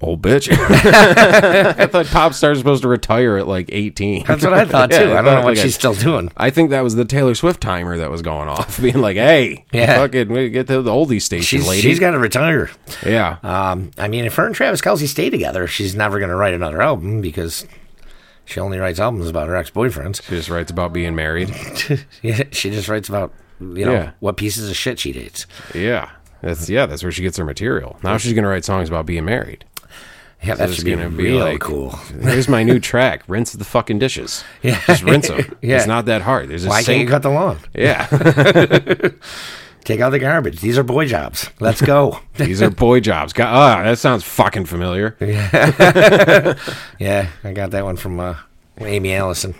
Speaker 2: Old bitch. I thought pop stars are supposed to retire at like 18.
Speaker 3: That's what I thought, too.
Speaker 2: Yeah,
Speaker 3: I don't
Speaker 2: thought
Speaker 3: know what
Speaker 2: like a-
Speaker 3: she's still doing.
Speaker 2: I think that was the Taylor Swift timer that was going off, being like, hey,
Speaker 3: Yeah.
Speaker 2: fucking we get to the oldie station,
Speaker 3: She's,
Speaker 2: lady.
Speaker 3: she's got to retire.
Speaker 2: yeah.
Speaker 3: Um, I mean, if her and Travis Kelsey stay together, she's never going to write another album because she only writes albums about her ex boyfriends.
Speaker 2: she just writes about being married.
Speaker 3: Yeah, she just writes about you know
Speaker 2: Yeah.
Speaker 3: what pieces of shit she dates.
Speaker 2: Yeah. That's yeah, that's where she gets her material. Now she's gonna write songs about being married.
Speaker 3: Yeah, that
Speaker 2: it's
Speaker 3: should be
Speaker 2: gonna be
Speaker 3: real
Speaker 2: like-
Speaker 3: cool.
Speaker 2: Here's my new track. Rinse the fucking dishes.
Speaker 3: Yeah.
Speaker 2: Just rinse them.
Speaker 3: Yeah.
Speaker 2: It's not that hard. There's a
Speaker 3: Why can't you
Speaker 2: sink.
Speaker 3: cut the lawn?
Speaker 2: yeah.
Speaker 3: Take out the garbage. These are boy jobs. Let's go.
Speaker 2: These are boy jobs. God, ah, that sounds fucking familiar.
Speaker 3: yeah, I got that one from uh, Amy Allison.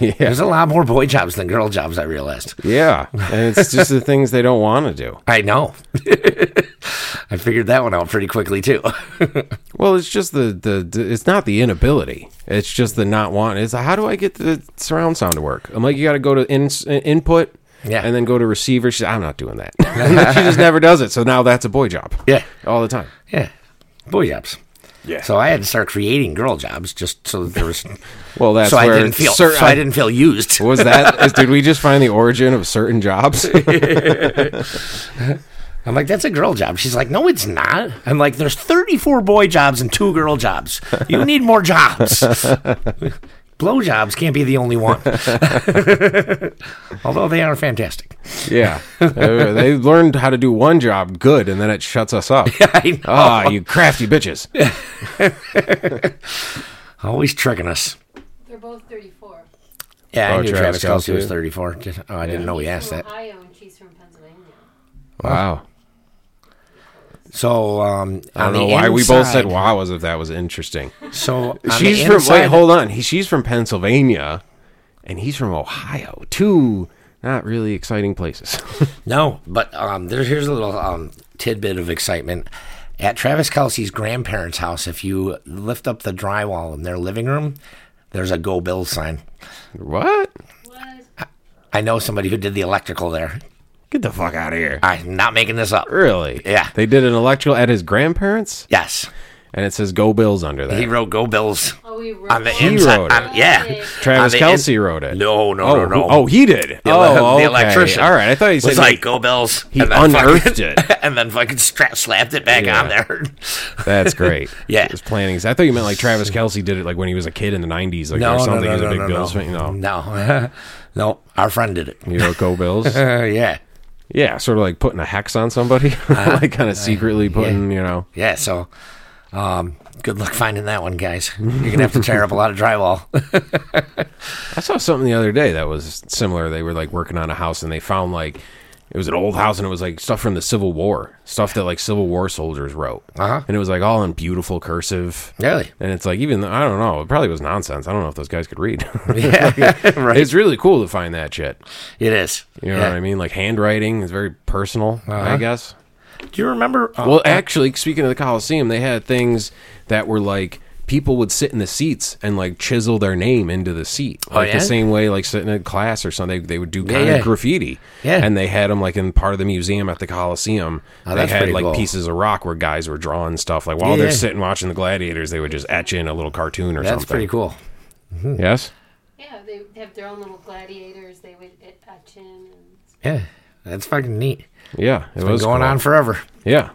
Speaker 3: There's a lot more boy jobs than girl jobs. I realized.
Speaker 2: Yeah. And it's just the things they don't want to do.
Speaker 3: I know. I figured that one out pretty quickly too.
Speaker 2: Well, it's just the, the the- it's not the inability. It's just the not want. It's how do I get the surround sound to work? I'm like you got to go to in, input
Speaker 3: Yeah.
Speaker 2: and then go to receiver. She's I'm not doing that. she just never does it. So now that's a boy job.
Speaker 3: Yeah.
Speaker 2: All the time.
Speaker 3: yeah, boy jobs.
Speaker 2: Yeah.
Speaker 3: So I had to start creating girl jobs just so that there was.
Speaker 2: Well, that's
Speaker 3: so I
Speaker 2: where
Speaker 3: didn't feel.
Speaker 2: cer-
Speaker 3: so I didn't feel used.
Speaker 2: Was that? Is, did we just find the origin of certain jobs?
Speaker 3: I'm like, that's a girl job. She's like, no, it's not. I'm like, there's 34 boy jobs and two girl jobs. You need more jobs. Blow jobs can't be the only one. Although they are fantastic.
Speaker 2: yeah, Uh, they learned how to do one job good, and then it shuts us up.
Speaker 3: I know.
Speaker 2: Ah, you crafty bitches.
Speaker 3: Always tricking us.
Speaker 4: They're both 34.
Speaker 3: Yeah,
Speaker 2: Oh,
Speaker 3: I knew
Speaker 2: Travis
Speaker 3: Travis Kelsey
Speaker 2: Kelce.
Speaker 3: was 34. Just- Oh, I didn't know he asked
Speaker 4: from
Speaker 3: that.
Speaker 4: Ohio and she's from Pennsylvania.
Speaker 2: Wow.
Speaker 3: So, um,
Speaker 2: I don't know why we both said wow as if that was interesting.
Speaker 3: So, on
Speaker 2: she's
Speaker 3: the
Speaker 2: from
Speaker 3: inside,
Speaker 2: wait, hold on. He, she's from Pennsylvania, and he's from Ohio. Two not really exciting places.
Speaker 3: No, but um, there's here's a little um, tidbit of excitement. At Travis Kelsey's grandparents' house, if you lift up the drywall in their living room, there's a Go Bill sign.
Speaker 2: what?
Speaker 4: What?
Speaker 3: I know somebody who did the electrical there.
Speaker 2: Get the fuck out of here.
Speaker 3: I'm not making this up.
Speaker 2: Really?
Speaker 3: Yeah.
Speaker 2: They did an electrical at his grandparents,
Speaker 3: Yes,
Speaker 2: and it says "Go Bills" under there.
Speaker 3: he wrote Go Bills
Speaker 4: Oh, we wrote
Speaker 3: on the
Speaker 4: it.
Speaker 3: inside.
Speaker 2: wrote it.
Speaker 3: on- yeah,
Speaker 2: Travis
Speaker 3: On the in-
Speaker 2: Kelsey wrote it.
Speaker 3: No, no,
Speaker 2: oh,
Speaker 3: no, no.
Speaker 2: who- Oh, he did.
Speaker 3: The ele-
Speaker 2: oh, okay.
Speaker 3: the electrician.
Speaker 2: All right, I thought he
Speaker 3: It
Speaker 2: said
Speaker 3: was like Go Bills.
Speaker 2: He
Speaker 3: fucking-
Speaker 2: unearthed it.
Speaker 3: and then fucking stra- slapped it back
Speaker 2: Yeah.
Speaker 3: on there.
Speaker 2: That's great.
Speaker 3: Yeah.
Speaker 2: It was planning. I thought you meant like Travis Kelsey did it like when he was a kid in the 90s like, or something. he was a big Bills fan.
Speaker 3: no,
Speaker 2: No.
Speaker 3: no, no. Our friend did it.
Speaker 2: You know, go Bills.
Speaker 3: Uh, yeah.
Speaker 2: yeah, sort of like putting a hex on somebody.
Speaker 3: Uh-huh.
Speaker 2: like kind of secretly putting, you know.
Speaker 3: Yeah, so um, good luck finding that one, guys. You're gonna have to tear up a lot of drywall.
Speaker 2: I saw something the other day that was similar. They were like working on a house and they found like it was an old house and it was like stuff from the Civil War, stuff that like Civil War soldiers wrote,
Speaker 3: Uh-huh.
Speaker 2: and it was like all in beautiful cursive.
Speaker 3: really?
Speaker 2: And it's like even though, I don't know, it probably was nonsense. I don't know if those guys could read.
Speaker 3: Yeah, right.
Speaker 2: It's really cool to find that shit.
Speaker 3: It is.
Speaker 2: You know
Speaker 3: Yeah. Uh-huh.
Speaker 2: what I mean? Like handwriting is very personal, I guess.
Speaker 3: Do you remember? uh,
Speaker 2: Well, actually, speaking of the Coliseum, they had things that were like people would sit in the seats and like chisel their name into the seat, like
Speaker 3: Oh, yeah?
Speaker 2: the same way like sitting in class or something. They, they would do kind
Speaker 3: yeah.
Speaker 2: of graffiti,
Speaker 3: Yeah.
Speaker 2: And they had them like in part of the museum at the Coliseum.
Speaker 3: Oh,
Speaker 2: they
Speaker 3: that's
Speaker 2: had
Speaker 3: pretty
Speaker 2: like
Speaker 3: cool.
Speaker 2: pieces of rock where guys were drawing stuff. Like while
Speaker 3: Yeah,
Speaker 2: they're
Speaker 3: yeah.
Speaker 2: sitting watching the gladiators, they would just etch in a little cartoon or
Speaker 3: that's
Speaker 2: something.
Speaker 3: pretty cool.
Speaker 2: Yes.
Speaker 4: Yeah, they have their own little gladiators. They would at etch in. And
Speaker 3: Yeah, that's fucking neat.
Speaker 2: Yeah, it
Speaker 3: Been
Speaker 2: was
Speaker 3: going
Speaker 2: cool.
Speaker 3: on forever.
Speaker 2: Yeah,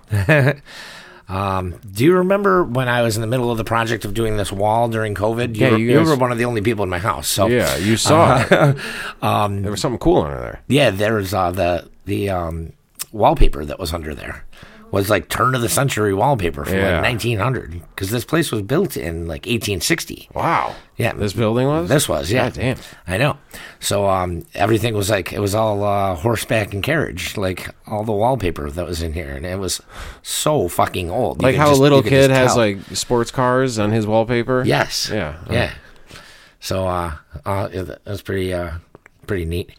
Speaker 3: Do you remember when I was in the middle of the project of doing this wall during COVID? You
Speaker 2: Yeah,
Speaker 3: were,
Speaker 2: you
Speaker 3: you
Speaker 2: guys-
Speaker 3: were one of the only people in my house. So
Speaker 2: yeah, you saw it.
Speaker 3: Um,
Speaker 2: there was something cool under there.
Speaker 3: Yeah, there was uh, the the um, wallpaper that was under there was like turn of the century wallpaper from
Speaker 2: Yeah.
Speaker 3: like 1900 because this place was built in like 1860.
Speaker 2: Wow.
Speaker 3: Yeah,
Speaker 2: This building was.
Speaker 3: this was yeah.
Speaker 2: God damn.
Speaker 3: I know. So um, everything was like it was all uh, horseback and carriage, like all the wallpaper that was in here, and it was so fucking old. You
Speaker 2: like
Speaker 3: could
Speaker 2: how
Speaker 3: just-
Speaker 2: a
Speaker 3: you
Speaker 2: little
Speaker 3: could
Speaker 2: kid
Speaker 3: just
Speaker 2: has
Speaker 3: tell.
Speaker 2: like sports cars on his wallpaper.
Speaker 3: yes,
Speaker 2: Yeah. uh.
Speaker 3: yeah. So uh, uh, it it was pretty uh, pretty neat.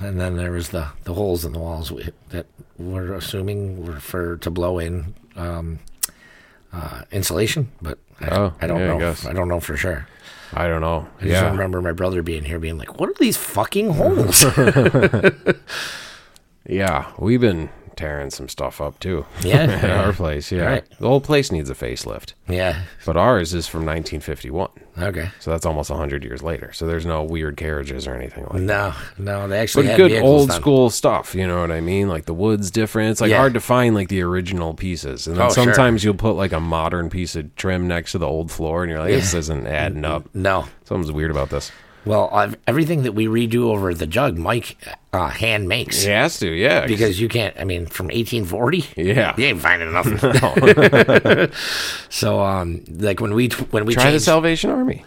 Speaker 3: And then there was the the holes in the walls we, that we're assuming were for to blow in um, uh, insulation, but I,
Speaker 2: Oh,
Speaker 3: I don't
Speaker 2: yeah, I
Speaker 3: know.
Speaker 2: guess.
Speaker 3: I, don't know for sure.
Speaker 2: I don't know.
Speaker 3: I just
Speaker 2: Yeah.
Speaker 3: remember my brother being here, being like, "What are these fucking holes?"
Speaker 2: Yeah. We've been tearing some stuff up too. At
Speaker 3: yeah,
Speaker 2: our place. Yeah.
Speaker 3: Right.
Speaker 2: The whole place needs a facelift.
Speaker 3: yeah.
Speaker 2: But ours is from 1951.
Speaker 3: Okay.
Speaker 2: So that's almost 100 years later. So there's no weird carriages or anything like that.
Speaker 3: No, no, they actually
Speaker 2: But
Speaker 3: had
Speaker 2: good
Speaker 3: vehicles
Speaker 2: old
Speaker 3: done.
Speaker 2: school stuff, you know what I mean? Like the wood's different. It's like
Speaker 3: Yeah.
Speaker 2: hard to find like the original pieces. And then
Speaker 3: Oh, sure.
Speaker 2: sometimes you'll put like a modern piece of trim next to the old floor and you're like, this isn't adding up.
Speaker 3: No,
Speaker 2: Something's weird about this.
Speaker 3: well, I've, everything that we redo over at the jug, Mike uh, hand makes.
Speaker 2: It has to, yeah.
Speaker 3: because you can't. I mean, from 1840,
Speaker 2: Yeah.
Speaker 3: you ain't finding nothing. so, um, like when we when we
Speaker 2: Try the
Speaker 3: changed,
Speaker 2: Salvation Army.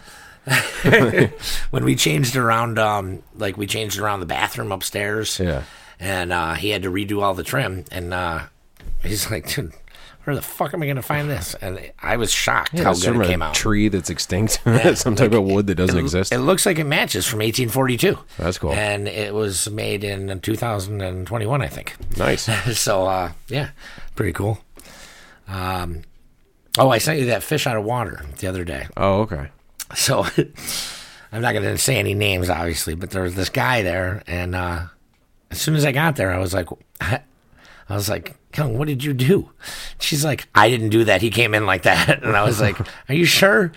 Speaker 3: when we changed around, um, like we changed around the bathroom upstairs,
Speaker 2: Yeah.
Speaker 3: and uh, he had to redo all the trim, and uh, he's like, dude. Where the fuck am I gonna find this? And I was shocked how
Speaker 2: It's from
Speaker 3: good it
Speaker 2: a
Speaker 3: came out.
Speaker 2: Tree that's extinct. Some type of wood that doesn't exist.
Speaker 3: It looks like it matches from 1842.
Speaker 2: That's cool.
Speaker 3: And it was made in 2021, I think.
Speaker 2: nice.
Speaker 3: so uh, yeah, pretty cool. Um, oh, I sent you that fish out of water the other day.
Speaker 2: Oh, okay.
Speaker 3: So I'm not going to say any names, obviously, but there was this guy there, and uh, as soon as I got there, I was like, I was like, Kung, what did you do? She's like, I didn't do that. He came in like that, and I was like, Are you sure?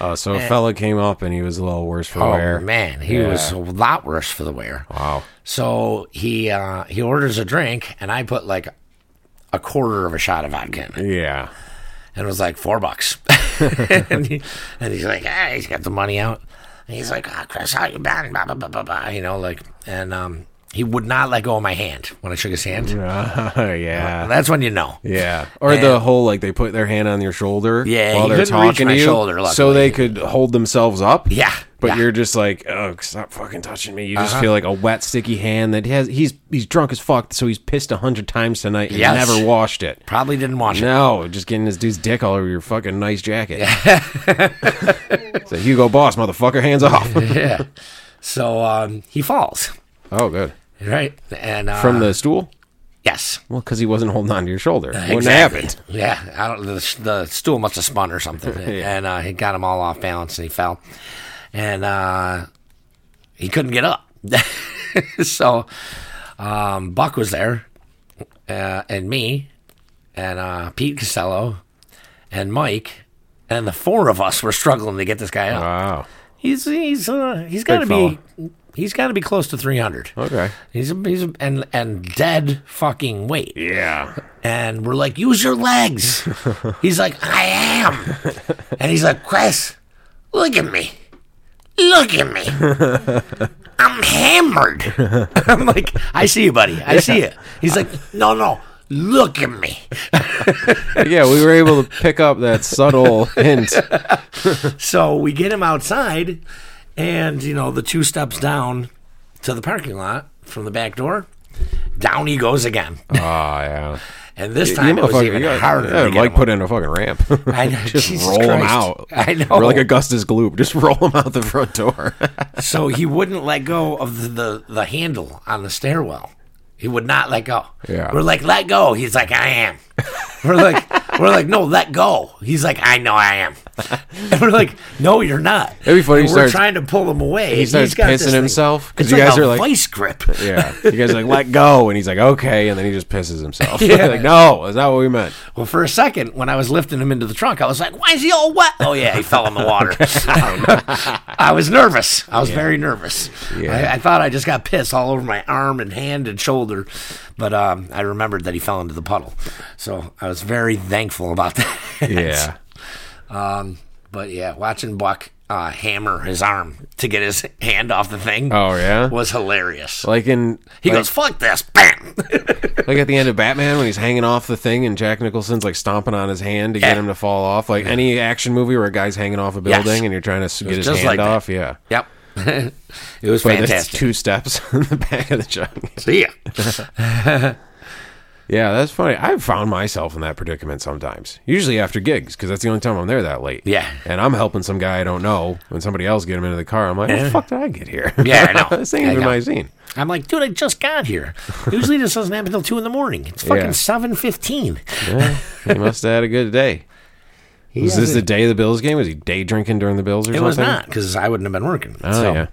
Speaker 2: Uh, so a fella came up and he was a little worse for
Speaker 3: Oh
Speaker 2: wear.
Speaker 3: man, he was a lot worse for the wear.
Speaker 2: Wow.
Speaker 3: So he uh, he orders a drink, and I put like a quarter of a shot of vodka in it.
Speaker 2: Yeah.
Speaker 3: and it was like four bucks. and, he- and he's like, ah, he's got the money out. And he's like, ah, Chris, how you been? Blah, blah, blah, blah, blah. You know, like, and um, he would not let go of my hand when I shook his hand.
Speaker 2: yeah.
Speaker 3: That's when you know.
Speaker 2: Yeah. Or the whole like they put their hand on your shoulder
Speaker 3: Yeah,
Speaker 2: while
Speaker 3: he
Speaker 2: they're
Speaker 3: couldn't reach
Speaker 2: talking
Speaker 3: my
Speaker 2: to you
Speaker 3: shoulder,
Speaker 2: so
Speaker 3: luckily.
Speaker 2: they could hold themselves up.
Speaker 3: Yeah,
Speaker 2: But
Speaker 3: yeah. Uh-huh.
Speaker 2: you're just like, oh, stop fucking touching me. You just feel like a wet, sticky hand that has he's he's drunk as fuck, so he's pissed a hundred times tonight and
Speaker 3: Yes.
Speaker 2: never washed it.
Speaker 3: Probably didn't watch it.
Speaker 2: No, just getting this dude's dick all over your fucking nice jacket. it's a Hugo Boss, motherfucker, hands off.
Speaker 3: yeah. So um, he falls.
Speaker 2: Oh, good.
Speaker 3: right? And uh,
Speaker 2: From the stool?
Speaker 3: yes,
Speaker 2: Well, because he wasn't holding on to your shoulder. Wouldn't
Speaker 3: Exactly.
Speaker 2: happened.
Speaker 3: Yeah, I don't, the, the stool must have spun or something, and uh, he got him all off balance and he fell, and uh, he couldn't get up. so um, Buck was there, uh, and me, and uh, Pete Costello, and Mike, and the four of us were struggling to get this guy up.
Speaker 2: Wow.
Speaker 3: He's he's uh, he's got to
Speaker 2: fella.
Speaker 3: be he's got to be close to three hundred.
Speaker 2: Okay.
Speaker 3: He's a, he's a, and and dead fucking weight
Speaker 2: Yeah.
Speaker 3: and we're like, use your legs. he's like, I am. And he's like, Chris, look at me. Look at me. I'm hammered. I'm like, I see you, buddy. I see it. He's like, no, no, look at me.
Speaker 2: Yeah, we were able to pick up that subtle hint.
Speaker 3: So we get him outside, and, you know, the two steps down to the parking lot from the back door, down he goes again.
Speaker 2: Oh, yeah.
Speaker 3: And this
Speaker 2: You
Speaker 3: time it was
Speaker 2: motherfucker,
Speaker 3: even
Speaker 2: you got-
Speaker 3: harder.
Speaker 2: yeah,
Speaker 3: to get
Speaker 2: Mike
Speaker 3: him
Speaker 2: put
Speaker 3: up.
Speaker 2: in a fucking ramp.
Speaker 3: I know,
Speaker 2: just
Speaker 3: Jesus
Speaker 2: roll them
Speaker 3: Christ.
Speaker 2: out.
Speaker 3: I know.
Speaker 2: We're like Augustus Gloop. Just roll them out the front door.
Speaker 3: so he wouldn't let go of the, the, the handle on the stairwell. He would not let go.
Speaker 2: Yeah.
Speaker 3: We're like, let go. He's like, I am. We're like, we're like, no, let go. He's like, I know I am. And we're like, no, you're not.
Speaker 2: It'd be funny
Speaker 3: And
Speaker 2: he
Speaker 3: we're
Speaker 2: starts-
Speaker 3: trying to pull him away. and
Speaker 2: he starts
Speaker 3: he's got this
Speaker 2: pissing
Speaker 3: thing-
Speaker 2: himself, 'cause
Speaker 3: It's
Speaker 2: you
Speaker 3: like
Speaker 2: guys
Speaker 3: a
Speaker 2: are like-
Speaker 3: vice grip.
Speaker 2: yeah. You guys are like, let go. And he's like, okay. And then he just pisses himself.
Speaker 3: Yeah.
Speaker 2: like, no, is that what we meant?
Speaker 3: Well, for a second, when I was lifting him into the trunk, I was like, why is he all wet? Oh, yeah, he fell in the water. I, don't know. I was nervous. I was very nervous.
Speaker 2: Yeah.
Speaker 3: I, I thought I just got piss all over my arm and hand and shoulder, but um, I remembered that he fell into the puddle. So I was very thankful about that.
Speaker 2: Yeah.
Speaker 3: Um, but yeah, watching Buck uh, hammer his arm to get his hand off the thing
Speaker 2: Oh, yeah?
Speaker 3: was hilarious.
Speaker 2: Like in.
Speaker 3: he
Speaker 2: like,
Speaker 3: goes, fuck this. Bam.
Speaker 2: Like at the end of Batman when he's hanging off the thing and Jack Nicholson's like stomping on his hand to get
Speaker 3: Yeah.
Speaker 2: him to fall off. Like any action movie where a guy's hanging off a
Speaker 3: Yes.
Speaker 2: building and you're trying to s- get his
Speaker 3: just
Speaker 2: hand
Speaker 3: like that.
Speaker 2: off. Yeah.
Speaker 3: yep. it was
Speaker 2: But that's
Speaker 3: fantastic.
Speaker 2: two steps in the back of the truck.
Speaker 3: See ya.
Speaker 2: Yeah, that's funny. I've found myself in that predicament sometimes. Usually after gigs because that's the only time I'm there that late.
Speaker 3: Yeah.
Speaker 2: And I'm helping some guy I don't know when somebody else get him into the car. I'm like, how the fuck did I get here?
Speaker 3: Yeah, I know.
Speaker 2: this ain't
Speaker 3: I
Speaker 2: even
Speaker 3: know.
Speaker 2: my scene.
Speaker 3: I'm like, dude, I just got here. Usually this doesn't happen until two in the morning. It's fucking
Speaker 2: Yeah.
Speaker 3: seven fifteen.
Speaker 2: Yeah, he must have had a good day. Was this the day of the Bills game? Was he day drinking during the Bills or
Speaker 3: It
Speaker 2: something?
Speaker 3: was not because I wouldn't have been working.
Speaker 2: Oh,
Speaker 3: so,
Speaker 2: yeah.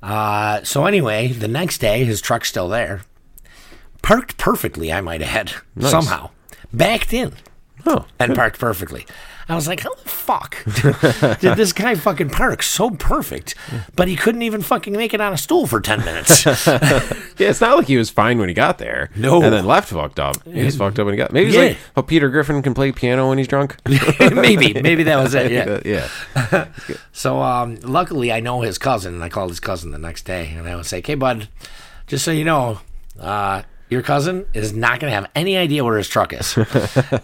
Speaker 3: uh, so anyway, the next day, his truck's still there, parked perfectly. I might have had somehow backed in
Speaker 2: Oh.
Speaker 3: and parked perfectly. I was like, how the fuck did this guy fucking park so perfect, but he couldn't even fucking make it on a stool for ten minutes?
Speaker 2: Yeah, it's not like he was fine when he got there.
Speaker 3: No.
Speaker 2: And then left fucked up. He was fucked up when he got Maybe it's
Speaker 3: Yeah.
Speaker 2: like how Peter Griffin can play piano when he's drunk.
Speaker 3: maybe, maybe that was it. Yeah.
Speaker 2: Uh, yeah.
Speaker 3: So um, luckily, I know his cousin, and I called his cousin the next day, and I was like, "Hey, bud, just so you know, uh, your cousin is not going to have any idea where his truck is,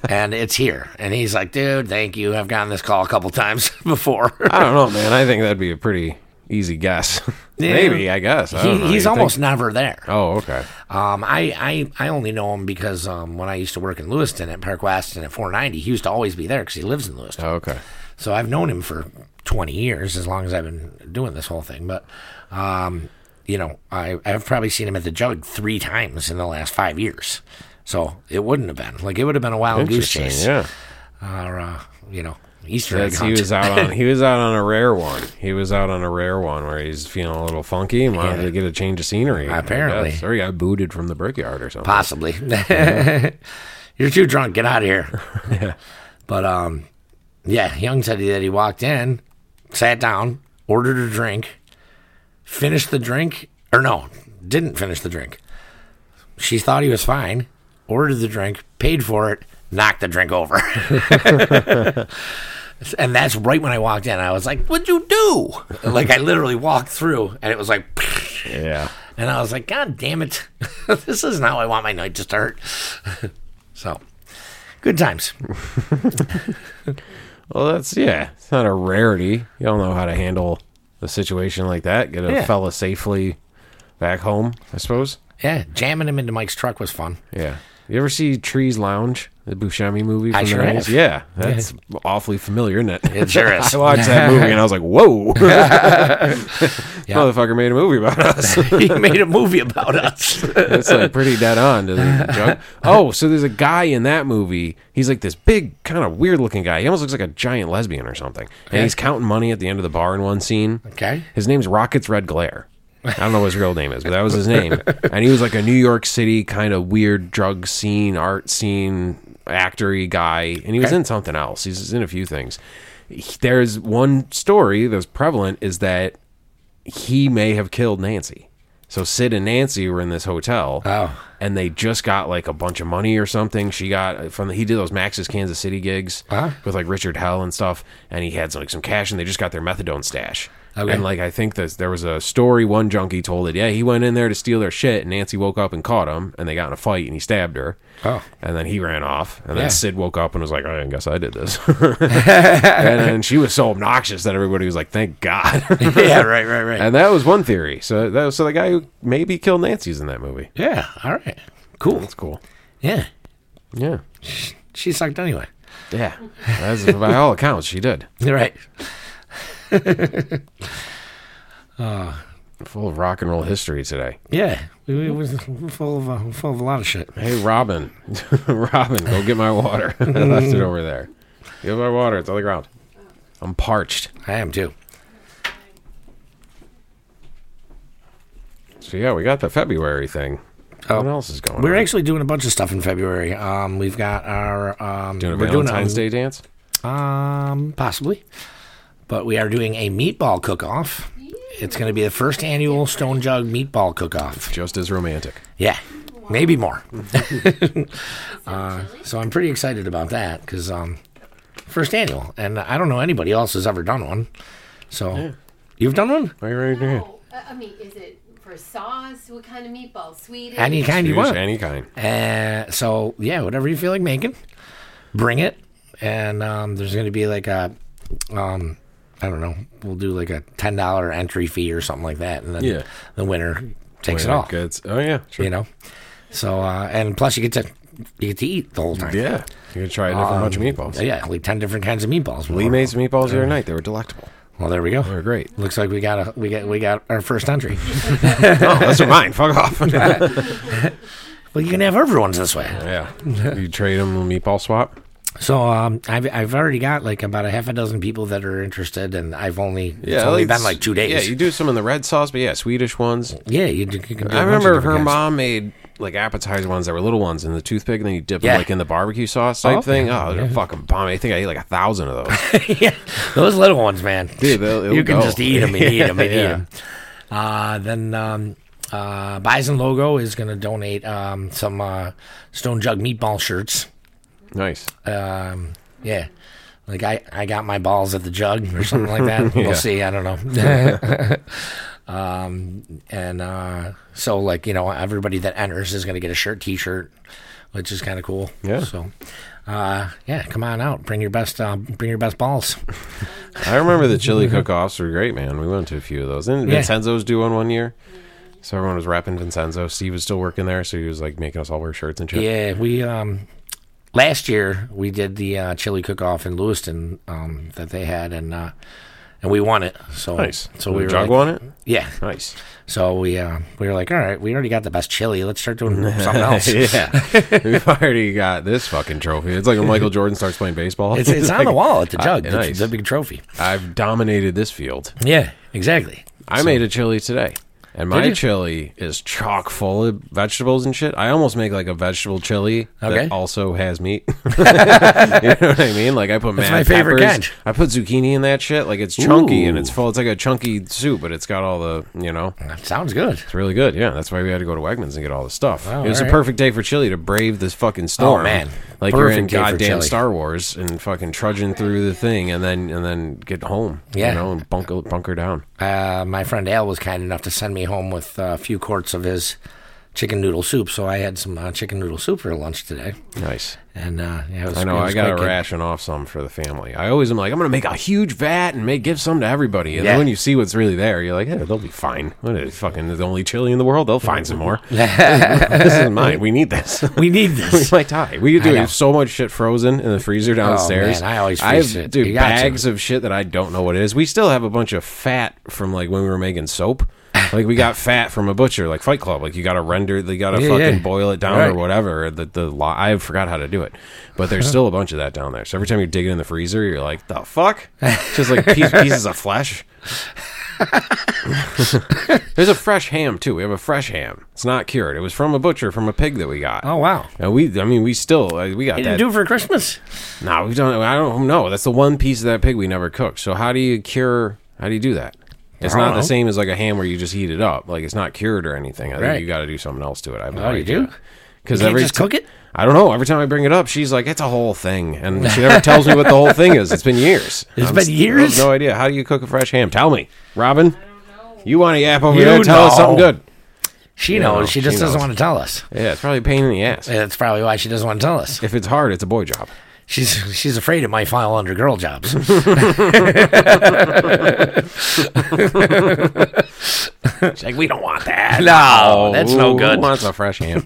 Speaker 3: and it's here." And he's like, "Dude, thank you. I've gotten this call a couple times before."
Speaker 2: I don't know, man. I think that'd be a pretty easy guess.
Speaker 3: Yeah.
Speaker 2: Maybe, I guess. I don't know.
Speaker 3: He, he's
Speaker 2: You think-
Speaker 3: almost never there.
Speaker 2: Oh, okay.
Speaker 3: Um, I, I, I only know him because um, when I used to work in Lewiston at Park West and at 490, he used to always be there because he lives in Lewiston.
Speaker 2: Okay.
Speaker 3: So I've known him for 20 years, as long as I've been doing this whole thing. But, um, you know, I, I've probably seen him at the jug three times in the last five years. So it wouldn't have been. Like, it would have been a wild goose
Speaker 2: Interesting.
Speaker 3: chase.
Speaker 2: Yeah.
Speaker 3: Or, uh, you know, Easter egg
Speaker 2: That's, he
Speaker 3: hunt.
Speaker 2: was out on he was out on a rare one. He was out on a rare one where he's feeling a little funky and wanted
Speaker 3: Yeah.
Speaker 2: to get a change of scenery. I
Speaker 3: Apparently.
Speaker 2: guess. Or he got booted from the brickyard or something.
Speaker 3: Possibly. You're too drunk. Get out of here. But, um, yeah, Young said that he walked in, sat down, ordered a drink, finished the drink, or no, didn't finish the drink. She thought he was fine, ordered the drink, paid for it, knocked the drink over. and that's right when I walked in. I was like, What'd you do? Like, I literally walked through, and it was like,
Speaker 2: Yeah.
Speaker 3: and I was like, God damn it. this isn't how I want my night to start. so, good times.
Speaker 2: Well, that's yeah. It's not a rarity. Y'all know how to handle a situation like that. Get a
Speaker 3: Yeah.
Speaker 2: fella safely back home, I suppose.
Speaker 3: Yeah, jamming him into Mike's truck was fun.
Speaker 2: Yeah. You ever see Trees Lounge, the Buscemi movie? From
Speaker 3: I
Speaker 2: the
Speaker 3: sure
Speaker 2: 90s?
Speaker 3: have.
Speaker 2: Yeah, that's awfully familiar, isn't it?
Speaker 3: It sure is.
Speaker 2: I watched that movie and I was like, "Whoa, motherfucker made a movie about us."
Speaker 3: he made a movie about us.
Speaker 2: it's like pretty dead on to the joke. Oh, so there's a guy in that movie. He's like this big, kind of weird looking guy. He almost looks like a giant lesbian or something. And he's counting money at the end of the bar in one scene.
Speaker 3: Okay.
Speaker 2: His name's Rockets Red Glare. I don't know what his real name is, but that was his name. And he was like a New York City kind of weird drug scene, art scene, actory guy. And he was in something else. He's in a few things. He- There's one story that's prevalent is that he may have killed Nancy. So Sid and Nancy were in this hotel.
Speaker 3: Oh.
Speaker 2: And they just got like a bunch of money or something. She got from the, he did those Max's Kansas City gigs
Speaker 3: Uh-huh.
Speaker 2: with like Richard Hell and stuff, and he had like some cash, and they just got their methadone stash.
Speaker 3: Okay.
Speaker 2: And like I think that there was a story one junkie told it. Yeah, he went in there to steal their shit, and Nancy woke up and caught him, and they got in a fight, and he stabbed her.
Speaker 3: Oh.
Speaker 2: And then he ran off, and then
Speaker 3: Yeah.
Speaker 2: Sid woke up and was like, "I guess I did this." and then she was so obnoxious that everybody was like, "Thank God."
Speaker 3: Yeah, right, right, right.
Speaker 2: And that was one theory. So that was, so the guy who maybe killed Nancy's in that movie.
Speaker 3: yeah, all right. Cool.
Speaker 2: That's cool.
Speaker 3: Yeah.
Speaker 2: Yeah.
Speaker 3: She sucked anyway.
Speaker 2: Yeah. As by all accounts, she did.
Speaker 3: You're right.
Speaker 2: Full of rock and roll history today.
Speaker 3: Yeah. We, we was full of uh, full of a lot of shit.
Speaker 2: Hey, Robin. Robin, go get my water. I left it over there. Get my water. It's on the ground. I'm parched.
Speaker 3: I am too.
Speaker 2: So, yeah, we got the February thing.
Speaker 3: Oh.
Speaker 2: What else is going
Speaker 3: We're
Speaker 2: on?
Speaker 3: actually doing a bunch of stuff in February. Um, we've got our um,
Speaker 2: doing a
Speaker 3: we're
Speaker 2: Valentine's
Speaker 3: doing
Speaker 2: Day dance?
Speaker 3: a, um, possibly, but we are doing a meatball cook-off. It's going to be the first annual Stone Jug meatball cook-off.
Speaker 2: Just as romantic.
Speaker 3: Yeah, maybe more. uh, so I'm pretty excited about that because um, first annual, and I don't know anybody else has ever done one. So you've done one?
Speaker 2: Right, right, right.
Speaker 4: No, Oh, I I mean, is it for sauce? What kind of meatball? Swedish?
Speaker 3: Any kind you
Speaker 2: Use
Speaker 3: want.
Speaker 2: any kind.
Speaker 3: Uh, so yeah, whatever you feel like making, bring it. And um, there's going to be like a, um, I don't know, we'll do like a ten dollar entry fee or something like that, and then
Speaker 2: Yeah.
Speaker 3: the winner takes
Speaker 2: Like
Speaker 3: it all.
Speaker 2: goods. Oh, yeah. Sure.
Speaker 3: You know, so uh, and plus you get to you get to eat the whole time.
Speaker 2: Yeah. You can try a different bunch of meatballs.
Speaker 3: Yeah, like ten different kinds of meatballs.
Speaker 2: Lee made some meatballs the other night. They were delectable.
Speaker 3: Well, there we go.
Speaker 2: They were great.
Speaker 3: Looks like we got a we got we got our first entry.
Speaker 2: Oh, those are mine. Fuck off.
Speaker 3: well, you can have everyone's this way.
Speaker 2: yeah. You trade them a meatball swap?
Speaker 3: So um, I've I've already got like about a half a dozen people that are interested, and I've only it's only been like two days.
Speaker 2: Yeah, you do some in the red sauce, but yeah, Swedish ones.
Speaker 3: Yeah, you, d- you can do a
Speaker 2: I
Speaker 3: bunch of
Speaker 2: remember
Speaker 3: different
Speaker 2: her
Speaker 3: kinds.
Speaker 2: mom made like appetizer ones that were little ones in the toothpick, and then you dip
Speaker 3: Yeah.
Speaker 2: them like in the barbecue sauce type
Speaker 3: Oh,
Speaker 2: thing. Oh, they're fucking bomb. I think I ate like a thousand of those.
Speaker 3: yeah, those little ones, man.
Speaker 2: Dude, they'll- it'll
Speaker 3: you can
Speaker 2: go.
Speaker 3: just eat them and eat them and eat
Speaker 2: Yeah.
Speaker 3: 'em. Uh, then um, uh, Bison Logo is going to donate um, some uh, Stone Jug meatball shirts.
Speaker 2: nice.
Speaker 3: Um, yeah. Like I, I got my balls at the jug or something like that. We'll see. I don't know. um, and uh, so like you know everybody that enters is going to get a shirt, T-shirt, which is kind of cool.
Speaker 2: Yeah.
Speaker 3: So, uh, yeah, come on out. Bring your best. Uh, bring your best balls.
Speaker 2: I remember the chili cook-offs were great, man. We went to a few of those. Didn't
Speaker 3: Yeah.
Speaker 2: Vincenzo's do one one year? So everyone was rapping Vincenzo. Steve was still working there, so he was like making us all wear shirts and shit.
Speaker 3: Yeah, we um last year we did the uh, chili cook off in Lewiston um, that they had and uh, and we won it. So
Speaker 2: Nice. Did
Speaker 3: So we
Speaker 2: the
Speaker 3: were
Speaker 2: jug
Speaker 3: like-
Speaker 2: won it.
Speaker 3: Yeah.
Speaker 2: Nice.
Speaker 3: So we uh, we were like, all right, we already got the best chili. Let's start doing something else.
Speaker 2: yeah, we've already got this fucking trophy. It's like when Michael Jordan starts playing baseball.
Speaker 3: It's, it's on
Speaker 2: like,
Speaker 3: the wall at the
Speaker 2: ah,
Speaker 3: jug. the,
Speaker 2: nice.
Speaker 3: the big trophy.
Speaker 2: I've dominated this field.
Speaker 3: Yeah, exactly.
Speaker 2: I made a chili today. And my
Speaker 3: you?
Speaker 2: chili is chock full of vegetables and shit. I almost make like a vegetable chili
Speaker 3: Okay.
Speaker 2: that also has meat. you know what I mean? Like I put mad
Speaker 3: my favorite
Speaker 2: peppers.
Speaker 3: kind.
Speaker 2: I put zucchini in that shit. Like it's chunky and
Speaker 3: Ooh.
Speaker 2: it's full. It's like a chunky soup, but it's got all the you know.
Speaker 3: That sounds good.
Speaker 2: It's really good. Yeah, that's why we had to go to Wegmans and get all the stuff.
Speaker 3: Wow,
Speaker 2: it was a
Speaker 3: alright.
Speaker 2: perfect day for chili to brave this fucking storm.
Speaker 3: Oh, man.
Speaker 2: like you're in
Speaker 3: Perfect day for
Speaker 2: goddamn
Speaker 3: chili.
Speaker 2: Star Wars and fucking trudging through the thing, and then and then get home.
Speaker 3: Yeah.
Speaker 2: you know, and bunker bunker down.
Speaker 3: Uh, my friend Al was kind enough to send me home with uh, a few quarts of his chicken noodle soup. So I had some uh, chicken noodle soup for lunch today,
Speaker 2: Nice.
Speaker 3: and uh, yeah, it was,
Speaker 2: I know
Speaker 3: it
Speaker 2: I
Speaker 3: was
Speaker 2: gotta
Speaker 3: quite good.
Speaker 2: ration off some for the family. I always am like, I'm gonna make a huge vat and make give some to everybody. And then
Speaker 3: Yeah.
Speaker 2: when you see what's really there, you're like, yeah, they'll be fine. What is fucking the only chili in the world? They'll find some more. this is mine. We need this.
Speaker 3: We need
Speaker 2: we
Speaker 3: this.
Speaker 2: might die. We do
Speaker 3: know. Oh,
Speaker 2: have so much shit frozen in the freezer downstairs.
Speaker 3: man, I always
Speaker 2: I have
Speaker 3: freeze it.
Speaker 2: dude
Speaker 3: You got to.
Speaker 2: bags of shit that I don't know what it is. We still have a bunch of fat from like when we were making soap. Like we got fat from a butcher, like Fight Club. Like you got to render, they got to
Speaker 3: Yeah,
Speaker 2: fucking
Speaker 3: yeah.
Speaker 2: boil it down or
Speaker 3: Right.
Speaker 2: whatever. The the lo- I forgot how to do it, but there's still a bunch of that down there. So every time you dig it in the freezer, you're like, the fuck, just like piece, pieces of flesh. There's a fresh ham too. We have a fresh ham. It's not cured. It was from a butcher from a pig that we got.
Speaker 3: Oh wow!
Speaker 2: And we, I mean, we still uh, we got
Speaker 3: What did you
Speaker 2: that.
Speaker 3: do for Christmas?
Speaker 2: no, we don't. I don't know. That's the one piece of that pig we never cooked. So how do you cure? How do you do that? It's
Speaker 3: I don't
Speaker 2: not the
Speaker 3: know.
Speaker 2: same as like a ham where you just heat it up. Like it's not cured or anything. I
Speaker 3: Right.
Speaker 2: think you got to do something else to it. I have no
Speaker 3: Oh, you
Speaker 2: idea.
Speaker 3: do?
Speaker 2: Because
Speaker 3: You can't
Speaker 2: every
Speaker 3: just cook it?
Speaker 2: I don't know. Every time I bring it up, she's like, "It's a whole thing," and she never tells me what the whole thing is. It's been years.
Speaker 3: It's
Speaker 2: I'm
Speaker 3: been
Speaker 2: st-
Speaker 3: years?
Speaker 2: I have no idea. How do you cook a fresh ham? Tell me, Robin. You want to yap over
Speaker 3: You
Speaker 2: there? Tell us something
Speaker 3: know.
Speaker 2: good.
Speaker 3: She
Speaker 2: You know,
Speaker 3: knows. She just
Speaker 2: she
Speaker 3: doesn't
Speaker 2: knows.
Speaker 3: want to tell us.
Speaker 2: Yeah, it's probably a pain in the ass.
Speaker 3: That's probably why she doesn't want to tell us.
Speaker 2: If it's hard, it's a boy job.
Speaker 3: She's she's afraid it might file under girl jobs.
Speaker 2: She's like, we don't want that.
Speaker 3: no, Oh, that's no
Speaker 2: Who
Speaker 3: good.
Speaker 2: Wants a fresh ham?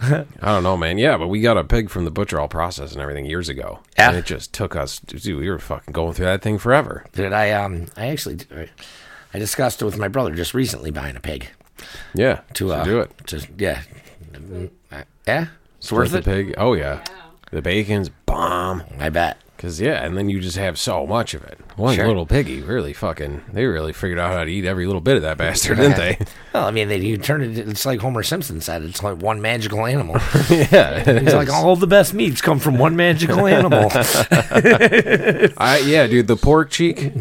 Speaker 2: I don't know, man. Yeah, but we got a pig from the butcher all processed and everything years ago.
Speaker 3: Yeah.
Speaker 2: And it just took us, dude, we were fucking going through that thing forever.
Speaker 3: Dude, I um, I actually, I discussed it with my brother just recently buying a pig
Speaker 2: Yeah.
Speaker 3: to
Speaker 2: so
Speaker 3: uh,
Speaker 2: do it.
Speaker 3: To yeah, Uh, yeah, it's
Speaker 2: Split
Speaker 3: worth
Speaker 2: the
Speaker 3: it.
Speaker 2: pig. Oh, yeah. The bacon's bomb.
Speaker 3: I bet.
Speaker 2: Because, yeah, and then you just have so much of it. One
Speaker 3: Sure.
Speaker 2: little piggy really fucking, they really figured out how to eat every little bit of that bastard, didn't they?
Speaker 3: Well, I mean, they, you turn it. It's like Homer Simpson said. It's like one magical animal.
Speaker 2: yeah. it
Speaker 3: He's like, all the best meats come from one magical animal.
Speaker 2: I, yeah, dude, the pork cheek.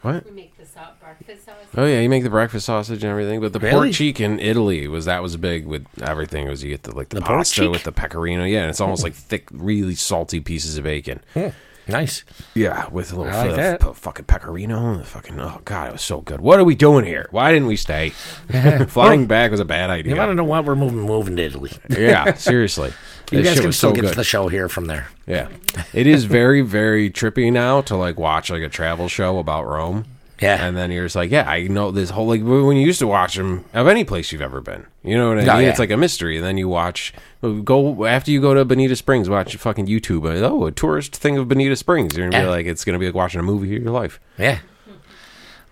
Speaker 2: What?
Speaker 4: We make this out breakfast sauce.
Speaker 2: Oh yeah, you make the breakfast sausage and everything, but the
Speaker 3: Really?
Speaker 2: pork cheek in Italy was that was big with everything. It was you get the like the,
Speaker 3: The pork
Speaker 2: pasta
Speaker 3: cheek?
Speaker 2: with the pecorino, yeah, and it's almost like thick, really salty pieces of bacon.
Speaker 3: nice.
Speaker 2: Yeah, with a little
Speaker 3: I like
Speaker 2: fl-
Speaker 3: that.
Speaker 2: f- fucking pecorino and the fucking oh god, it was so good. What are we doing here? Why didn't we stay? Flying back was a bad
Speaker 3: You want to
Speaker 2: idea.
Speaker 3: know what we're moving? Moving to Italy.
Speaker 2: yeah, seriously,
Speaker 3: You
Speaker 2: That
Speaker 3: guys
Speaker 2: shit
Speaker 3: can
Speaker 2: was
Speaker 3: still
Speaker 2: so
Speaker 3: get
Speaker 2: good.
Speaker 3: the show here from there.
Speaker 2: yeah, it is very very trippy now to like watch like a travel show about Rome.
Speaker 3: Yeah.
Speaker 2: And then you're just like, yeah, I know this whole like when you used to watch them of any place you've ever been, you know what I mean?
Speaker 3: Oh, yeah.
Speaker 2: It's like a mystery. And then you watch go after you go to Bonita Springs, watch fucking YouTube. and, Oh, a tourist thing of Bonita Springs. You're gonna be
Speaker 3: Yeah.
Speaker 2: like, it's gonna be like watching a movie of your life.
Speaker 3: Yeah.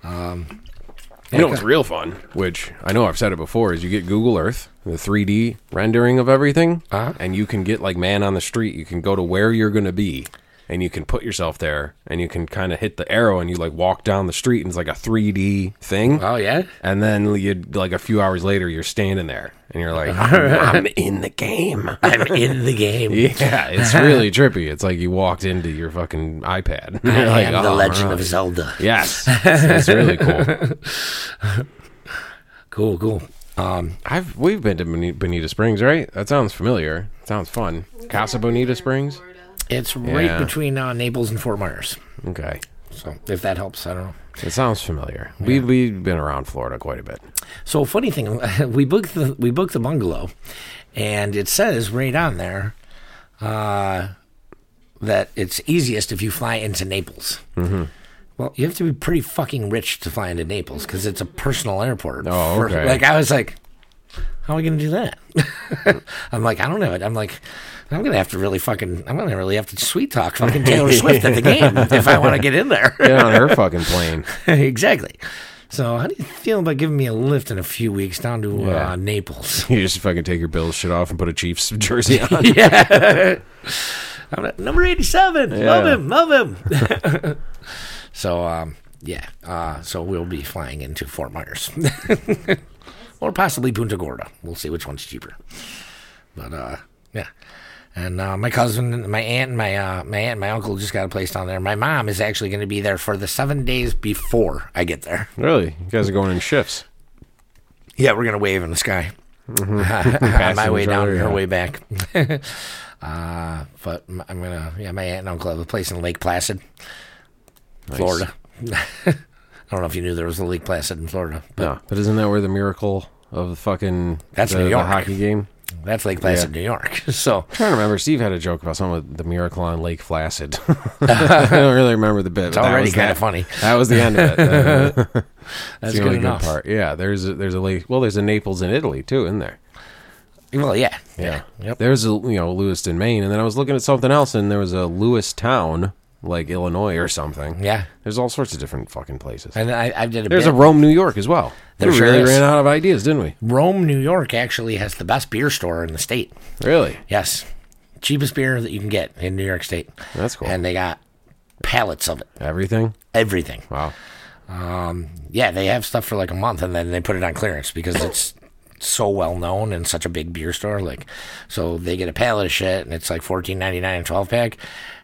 Speaker 2: You know what's real fun, which I know I've said it before, is you get Google Earth, the 3D rendering of everything,
Speaker 3: Uh-huh.
Speaker 2: and you can get like man on the street. You can go to where you're going to be, and you can put yourself there, and you can kind of hit the arrow, and you like walk down the street, and it's like a 3D thing.
Speaker 3: Oh yeah.
Speaker 2: And then you like a few hours later, you're standing there, and you're like, "I'm in the game."
Speaker 3: I'm in the game.
Speaker 2: yeah, it's really trippy. It's like you walked into your fucking iPad. You're
Speaker 3: I
Speaker 2: like,
Speaker 3: am the
Speaker 2: "Oh,
Speaker 3: Legend
Speaker 2: right."
Speaker 3: of Zelda.
Speaker 2: Yes, it's really cool.
Speaker 3: Cool, cool. Um,
Speaker 2: I've we've been to Boni- Bonita Springs, right? That sounds familiar. sounds fun. Casa Bonita Springs.
Speaker 4: Florida.
Speaker 3: it's right
Speaker 2: Yeah.
Speaker 3: between uh, Naples and Fort Myers.
Speaker 2: Okay,
Speaker 3: So if that helps, I don't know.
Speaker 2: it sounds familiar. We we've been around Florida quite a bit.
Speaker 3: So funny thing, we booked the we booked the bungalow, and it says right on there uh, that it's easiest if you fly into Naples. Mm-hmm. Well, you have to be pretty fucking rich to fly into Naples because it's a personal airport.
Speaker 2: Oh,
Speaker 3: For-
Speaker 2: okay.
Speaker 3: like I was like, how are we gonna do that? I'm like, I don't know it. I'm like, I'm gonna have to really fucking, I'm gonna really have to sweet talk fucking Taylor Swift at the game if I want to get in there.
Speaker 2: Get on her fucking plane.
Speaker 3: exactly. So, how do you feel about giving me a lift in a few weeks down to
Speaker 2: Yeah.
Speaker 3: uh, Naples?
Speaker 2: You just fucking take your Bills shit off and put a Chiefs jersey on.
Speaker 3: yeah. I'm at number 87. Love him. Love him. so, um, yeah. Uh, so, we'll be flying into Fort Myers or possibly Punta Gorda. We'll see which one's cheaper. But, uh, yeah. And uh, my cousin, my aunt, and my uh, my aunt, and my uncle just got a place down there. My mom is actually going to be there for the seven days before I get there.
Speaker 2: really, you guys are going in shifts.
Speaker 3: Yeah, we're gonna wave in the sky. On my
Speaker 2: Mm-hmm. Passing
Speaker 3: way
Speaker 2: each
Speaker 3: down
Speaker 2: other,
Speaker 3: and her
Speaker 2: yeah.
Speaker 3: way back. uh, but m- I'm gonna. Yeah, my aunt and uncle have a place in Lake Placid, Florida. I don't know if you knew there was a Lake Placid in Florida.
Speaker 2: No, but isn't that where the miracle of the fucking
Speaker 3: That's
Speaker 2: the,
Speaker 3: New
Speaker 2: the
Speaker 3: York.
Speaker 2: hockey game.
Speaker 3: That's Lake Placid, New York. So
Speaker 2: I'm trying to remember. Steve had a joke about something with the miracle on Lake Flacid. I don't really remember the bit.
Speaker 3: it's already kind of
Speaker 2: fun.
Speaker 3: funny.
Speaker 2: That was the end of it. That's
Speaker 3: That's
Speaker 2: the
Speaker 3: good
Speaker 2: only good
Speaker 3: enough.
Speaker 2: part. Yeah, there's a, there's a lake. Well, there's a Naples in Italy too, isn't there?
Speaker 3: Well, yeah,
Speaker 2: Yeah.
Speaker 3: yeah, yep.
Speaker 2: There's a you know Lewiston, Maine, and then I was looking at something else, and there was a Lewistown, like Illinois or something.
Speaker 3: yeah.
Speaker 2: There's all sorts of different fucking places.
Speaker 3: And I, I did a
Speaker 2: There's
Speaker 3: bit.
Speaker 2: a Rome, New York as well.
Speaker 3: There
Speaker 2: we
Speaker 3: sure
Speaker 2: really
Speaker 3: is.
Speaker 2: ran out of ideas, didn't we?
Speaker 3: Rome, New York, actually has the best beer store in the state.
Speaker 2: Really?
Speaker 3: Yes, cheapest beer that you can get in New York State.
Speaker 2: That's cool.
Speaker 3: And they got pallets of it,
Speaker 2: Everything?
Speaker 3: everything.
Speaker 2: Wow.
Speaker 3: Um, Yeah, they have stuff for like a month, and then they put it on clearance because it's so well known and such a big beer store. Like, so they get a pallet of shit, and it's like fourteen ninety nine a twelve pack,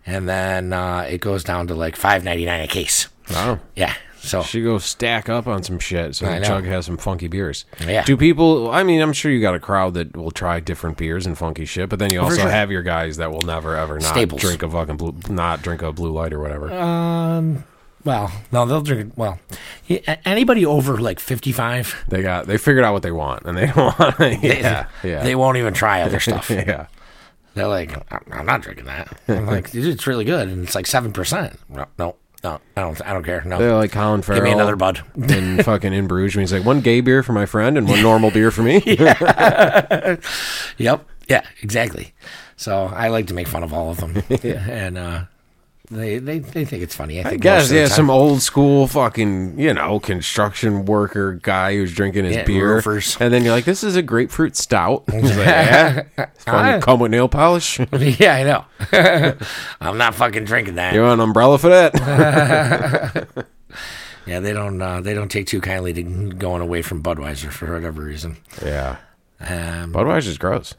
Speaker 3: and then uh, it goes down to like five ninety nine a case.
Speaker 2: Wow.
Speaker 3: Yeah. So
Speaker 2: She go stack up on some shit so
Speaker 3: Oh. I
Speaker 2: the
Speaker 3: know.
Speaker 2: Chug has some funky beers.
Speaker 3: Yeah.
Speaker 2: Do people? I mean, I'm sure you got a crowd that will try different beers and funky shit, but then you also
Speaker 3: Oh, sure.
Speaker 2: have your guys that will never ever not
Speaker 3: Staples.
Speaker 2: drink a fucking blue, not drink a blue light or whatever.
Speaker 3: Um. Well, no, they'll drink. Well, y- a- anybody over like fifty-five,
Speaker 2: they got they figured out what they want and they don't want. yeah. yeah.
Speaker 3: they won't even try other stuff.
Speaker 2: yeah.
Speaker 3: They're like, I'm I'm not drinking that. I'm like, "Dude, it's really good, and it's like seven percent. No, no, no, I don't, I don't care. No,
Speaker 2: They're like Colin Farrell.
Speaker 3: give me another bud.
Speaker 2: and fucking in Bruges. And he's like, one gay beer for my friend and one normal beer for me.
Speaker 3: Yep. Yeah. Exactly. So I like to make fun of all of them, and uh, they, they they think it's funny. I think. most
Speaker 2: Guess
Speaker 3: of the
Speaker 2: yeah,
Speaker 3: time.
Speaker 2: some old school fucking you know construction worker guy who's drinking his
Speaker 3: Yeah,
Speaker 2: beer,
Speaker 3: roofers.
Speaker 2: and then you're like, "This is a grapefruit stout." He's like, yeah, it's fucking come with nail polish. you
Speaker 3: yeah, I know. I'm not fucking drinking that.
Speaker 2: want an umbrella for that?
Speaker 3: Yeah, they don't uh, they don't take too kindly to going away from Budweiser for whatever reason.
Speaker 2: yeah,
Speaker 3: Um,
Speaker 2: Budweiser's gross.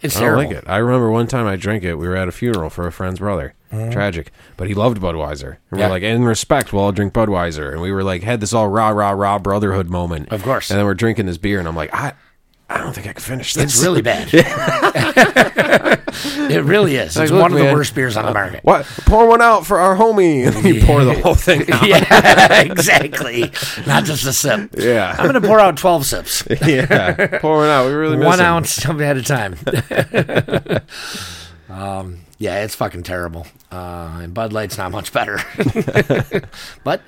Speaker 3: it's
Speaker 2: I don't
Speaker 3: terrible.
Speaker 2: like it. I remember one time I drank it. We were at a funeral for a friend's brother. Tragic, but he loved Budweiser. And
Speaker 3: Mm-hmm. Yeah.
Speaker 2: we're like, in respect, we'll all drink Budweiser. And we were like, had this all rah rah rah brotherhood moment.
Speaker 3: Of course.
Speaker 2: And then we're drinking this beer, and I'm like, I, I don't think I can finish this.
Speaker 3: It's really bad. it really is. It's
Speaker 2: look,
Speaker 3: one of the
Speaker 2: man,
Speaker 3: worst beers on the market.
Speaker 2: What? Pour one out for our homie. And you pour the whole thing out.
Speaker 3: yeah, exactly. Not just a sip.
Speaker 2: Yeah.
Speaker 3: I'm gonna pour out twelve sips,
Speaker 2: yeah. Pour one out. We really miss
Speaker 3: one
Speaker 2: him.
Speaker 3: ounce at a time. um, yeah, it's fucking terrible. Uh, and Bud Light's not much better, but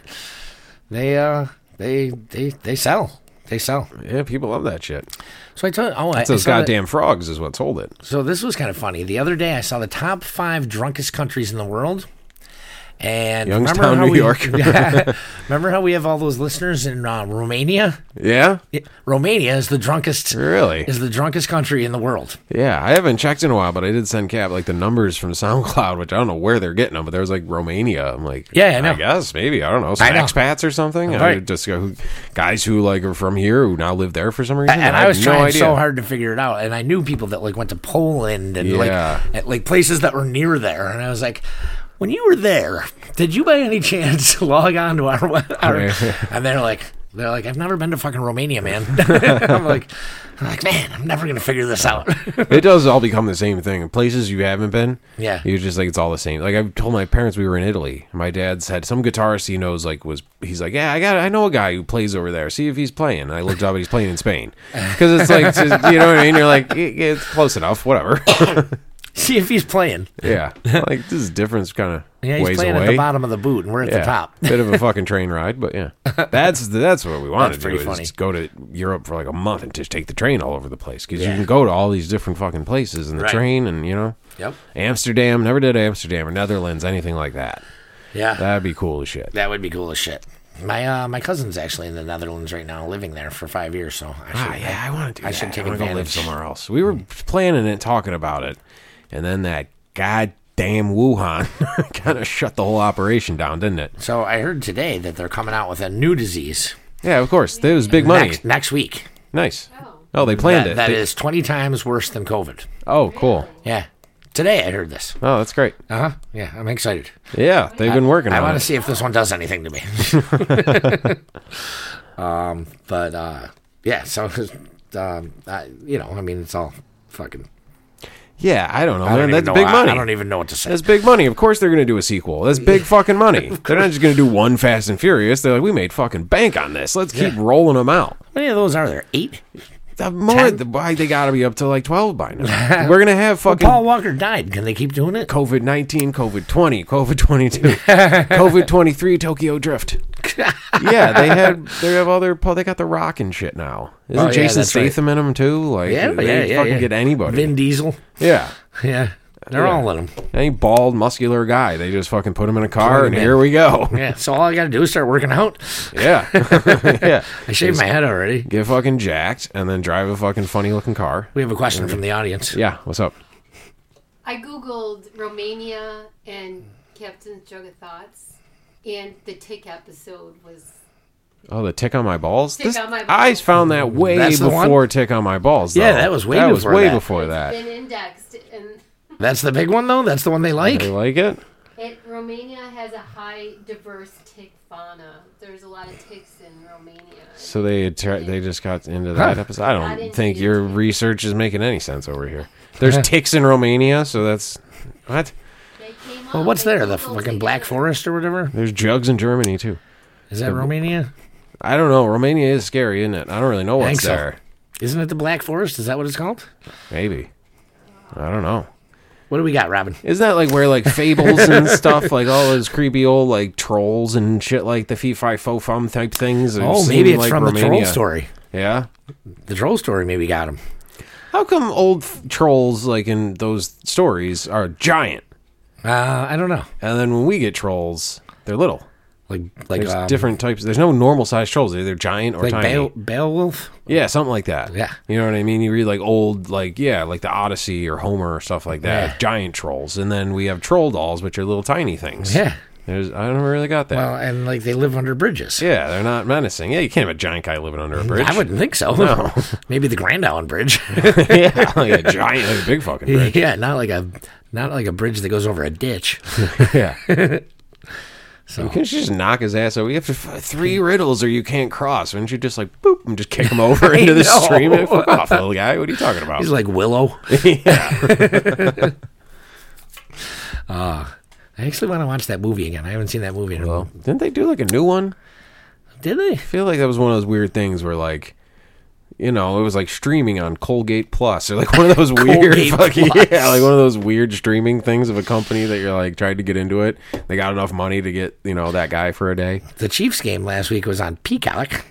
Speaker 3: they uh, they they they sell. They sell.
Speaker 2: Yeah, people love that shit.
Speaker 3: So I told oh I,
Speaker 2: It's those
Speaker 3: I saw that-
Speaker 2: goddamn frogs is what sold it.
Speaker 3: So this was kind of funny. The other day, I saw the top five drunkest countries in the world, and
Speaker 2: Youngstown,
Speaker 3: remember how
Speaker 2: New
Speaker 3: we,
Speaker 2: York.
Speaker 3: Yeah. remember how we have all those listeners in uh, Romania?
Speaker 2: Yeah?
Speaker 3: Yeah, Romania is the drunkest.
Speaker 2: Really?
Speaker 3: Is the drunkest country in the world.
Speaker 2: Yeah. I haven't checked in a while, but I did send Cap like the numbers from SoundCloud, which I don't know where they're getting them, but there was like Romania. I'm like,
Speaker 3: Yeah, I know.
Speaker 2: guess maybe. I don't know. Some
Speaker 3: I know.
Speaker 2: expats or something. I
Speaker 3: Right.
Speaker 2: just go, guys who like are from here who now live there for some reason.
Speaker 3: And I,
Speaker 2: have
Speaker 3: was
Speaker 2: no
Speaker 3: trying
Speaker 2: idea.
Speaker 3: so hard to figure it out, and I knew people that like went to Poland and
Speaker 2: Yeah.
Speaker 3: like at, like places that were near there, and I was like. When you were there, did you by any chance log on to our, web- our and they're like they're like I've never been to fucking Romania, man. I'm like I'm like man, I'm never gonna figure this out.
Speaker 2: it does all become the same thing. Places you haven't been,
Speaker 3: Yeah.
Speaker 2: you're just like it's all the same. Like I told my parents we were in Italy. My dad said some guitarist he knows like was he's like yeah I got I know a guy who plays over there. See if he's playing. And I looked up and he's playing in Spain because it's like it's just- you know what I mean. You're like "Yeah, yeah, it's close enough, whatever.
Speaker 3: See if he's playing.
Speaker 2: yeah, like this is difference kind of
Speaker 3: Yeah, he's
Speaker 2: ways
Speaker 3: playing
Speaker 2: away.
Speaker 3: at the bottom of the boot, and we're at
Speaker 2: yeah,
Speaker 3: the top.
Speaker 2: bit of a fucking train ride, but yeah, that's that's what we want to
Speaker 3: That's
Speaker 2: do
Speaker 3: pretty
Speaker 2: is
Speaker 3: funny.
Speaker 2: just go to Europe for like a month and just take the train all over the place because you
Speaker 3: Yeah.
Speaker 2: can go to all these different fucking places in the
Speaker 3: Right.
Speaker 2: train and you know.
Speaker 3: Yep.
Speaker 2: Amsterdam, never did Amsterdam or Netherlands, anything like that.
Speaker 3: Yeah.
Speaker 2: That'd be cool as shit.
Speaker 3: That would be cool as shit. My uh, my cousin's actually in the Netherlands right now, living there for five years. So I should,
Speaker 2: Ah, yeah, I want to do
Speaker 3: I
Speaker 2: that.
Speaker 3: should take
Speaker 2: I wanna go live
Speaker 3: advantage.
Speaker 2: somewhere else. We were planning it, talking about it, and then that goddamn Wuhan kind of shut the whole operation down, didn't it?
Speaker 3: So I heard today that they're coming out with a new disease
Speaker 2: Yeah, of course. There was big money.
Speaker 3: next next week.
Speaker 2: Nice.
Speaker 4: Oh.
Speaker 2: Oh, they planned
Speaker 3: That,
Speaker 2: it.
Speaker 3: that
Speaker 2: They-
Speaker 3: is twenty times worse than COVID.
Speaker 2: Oh, cool.
Speaker 3: Yeah. Today I heard this.
Speaker 2: Oh, that's great.
Speaker 3: Uh huh. Yeah, I'm excited.
Speaker 2: Yeah, they've been working
Speaker 3: I
Speaker 2: on
Speaker 3: want
Speaker 2: it.
Speaker 3: to see if this one does anything to me. um, but uh, yeah. So um, I, you know, I mean, it's all fucking.
Speaker 2: yeah, I don't know.
Speaker 3: I
Speaker 2: man.
Speaker 3: don't even
Speaker 2: that's
Speaker 3: know,
Speaker 2: big
Speaker 3: I-
Speaker 2: money.
Speaker 3: I don't even know what to say.
Speaker 2: That's big money. Of course they're going to do a sequel. That's big fucking money. they're not just going to do one Fast and Furious. They're like, we made fucking bank on this. Let's keep rolling them out.
Speaker 3: How many of those are there? Eight.
Speaker 2: the more the, why they got to be up to like twelve by now. We're gonna have fucking
Speaker 3: Paul Walker died. Can they keep doing it?
Speaker 2: COVID nineteen, COVID twenty, COVID twenty two, COVID twenty three, Tokyo Drift. yeah, they had they have all their Paul. They got the rock and shit now. Isn't
Speaker 3: yeah,
Speaker 2: Jason
Speaker 3: that's right.
Speaker 2: Statham in them too? Like,
Speaker 3: Yeah, yeah,
Speaker 2: they
Speaker 3: yeah,
Speaker 2: fucking
Speaker 3: yeah.
Speaker 2: get anybody.
Speaker 3: Vin Diesel.
Speaker 2: yeah,
Speaker 3: Yeah, they're all in them.
Speaker 2: any bald muscular guy, they just fucking put him in a car
Speaker 3: Put him
Speaker 2: and
Speaker 3: in.
Speaker 2: here we go.
Speaker 3: Yeah, so all I got to do is start working out.
Speaker 2: Yeah, yeah.
Speaker 3: I shaved my head already.
Speaker 2: Get fucking jacked and then drive a fucking funny looking car.
Speaker 3: We have a question from the audience.
Speaker 2: Yeah, what's up?
Speaker 4: I googled Romania and Captain's Jug of Thoughts, and the Tick episode was
Speaker 2: Oh, the tick on my balls.
Speaker 4: Tick on my
Speaker 2: I
Speaker 4: balls.
Speaker 2: found that way
Speaker 3: That's the one?
Speaker 2: before tick on my balls.
Speaker 3: Yeah,
Speaker 2: though.
Speaker 3: that was way
Speaker 2: that was
Speaker 3: before
Speaker 2: way
Speaker 3: that.
Speaker 2: before that.
Speaker 4: been indexed, and
Speaker 3: That's the big one though. That's the one they like.
Speaker 2: You like it?
Speaker 4: it, Romania has a high diverse tick fauna. There's a lot of ticks in Romania.
Speaker 2: So they tra- they just got into that episode. I
Speaker 4: I
Speaker 2: don't
Speaker 4: didn't
Speaker 2: think
Speaker 4: see
Speaker 2: your
Speaker 4: it.
Speaker 2: research is making any sense over here. There's ticks in Romania, so that's what.
Speaker 4: They came
Speaker 3: Well,
Speaker 4: up,
Speaker 3: what's
Speaker 4: they
Speaker 3: there? The
Speaker 4: googled
Speaker 3: fucking
Speaker 4: it.
Speaker 3: Black Forest or whatever?
Speaker 2: There's jugs in Germany too.
Speaker 3: Is that Romania?
Speaker 2: I don't know. Romania is scary, isn't it? I don't really know
Speaker 3: think
Speaker 2: what's
Speaker 3: so.
Speaker 2: there.
Speaker 3: Isn't it the Black Forest? Is that what it's called?
Speaker 2: Maybe. I don't know.
Speaker 3: What do we got, Robin?
Speaker 2: Isn't that like where like fables and stuff, like all those creepy old like trolls and shit, like the fee fi fo fum type things? It
Speaker 3: Oh,
Speaker 2: seemed
Speaker 3: maybe it's
Speaker 2: like
Speaker 3: from the troll
Speaker 2: Romania.
Speaker 3: story.
Speaker 2: Yeah.
Speaker 3: The troll story maybe got him.
Speaker 2: How come old f- trolls like in those stories are giant,
Speaker 3: Uh, I don't know.
Speaker 2: and then when we get trolls, they're little?
Speaker 3: Like like
Speaker 2: There's
Speaker 3: um,
Speaker 2: different types. There's no normal sized trolls. They're either giant or
Speaker 3: like
Speaker 2: tiny.
Speaker 3: Beow- Beowulf.
Speaker 2: Yeah, something like that.
Speaker 3: Yeah.
Speaker 2: You know what I mean? You read like old, like, yeah, like the Odyssey or Homer or stuff like that. Giant trolls. And then we have troll dolls, which are little tiny things.
Speaker 3: Yeah.
Speaker 2: There's, I never really got that.
Speaker 3: Well, and like they live under bridges.
Speaker 2: yeah, they're not menacing. Yeah, you can't have a giant guy living under a bridge.
Speaker 3: I wouldn't think so. maybe the Grand Island Bridge.
Speaker 2: yeah, like a giant, like a big fucking bridge.
Speaker 3: yeah, not like a not like a bridge that goes over a ditch.
Speaker 2: Yeah. So. You can just knock his ass over. You have to f- three riddles, or you can't cross. Wouldn't you just like boop and just kick him over into the
Speaker 3: know.
Speaker 2: stream? Hey, Fuck off, little guy. What are you talking about?
Speaker 3: He's like Willow.
Speaker 2: yeah.
Speaker 3: Ah, I actually want to watch that movie again. I haven't seen that movie in a while.
Speaker 2: Didn't they do like a new one?
Speaker 3: Did they?
Speaker 2: I feel like that was one of those weird things where like you know, it was like streaming on Colgate Plus or like one of those weird
Speaker 3: Colgate
Speaker 2: fucking
Speaker 3: Plus.
Speaker 2: yeah, like one of those weird streaming things of a company that you're like tried to get into it. They got enough money to get, you know, that guy for a day.
Speaker 3: The Chiefs game last week was on Peacock,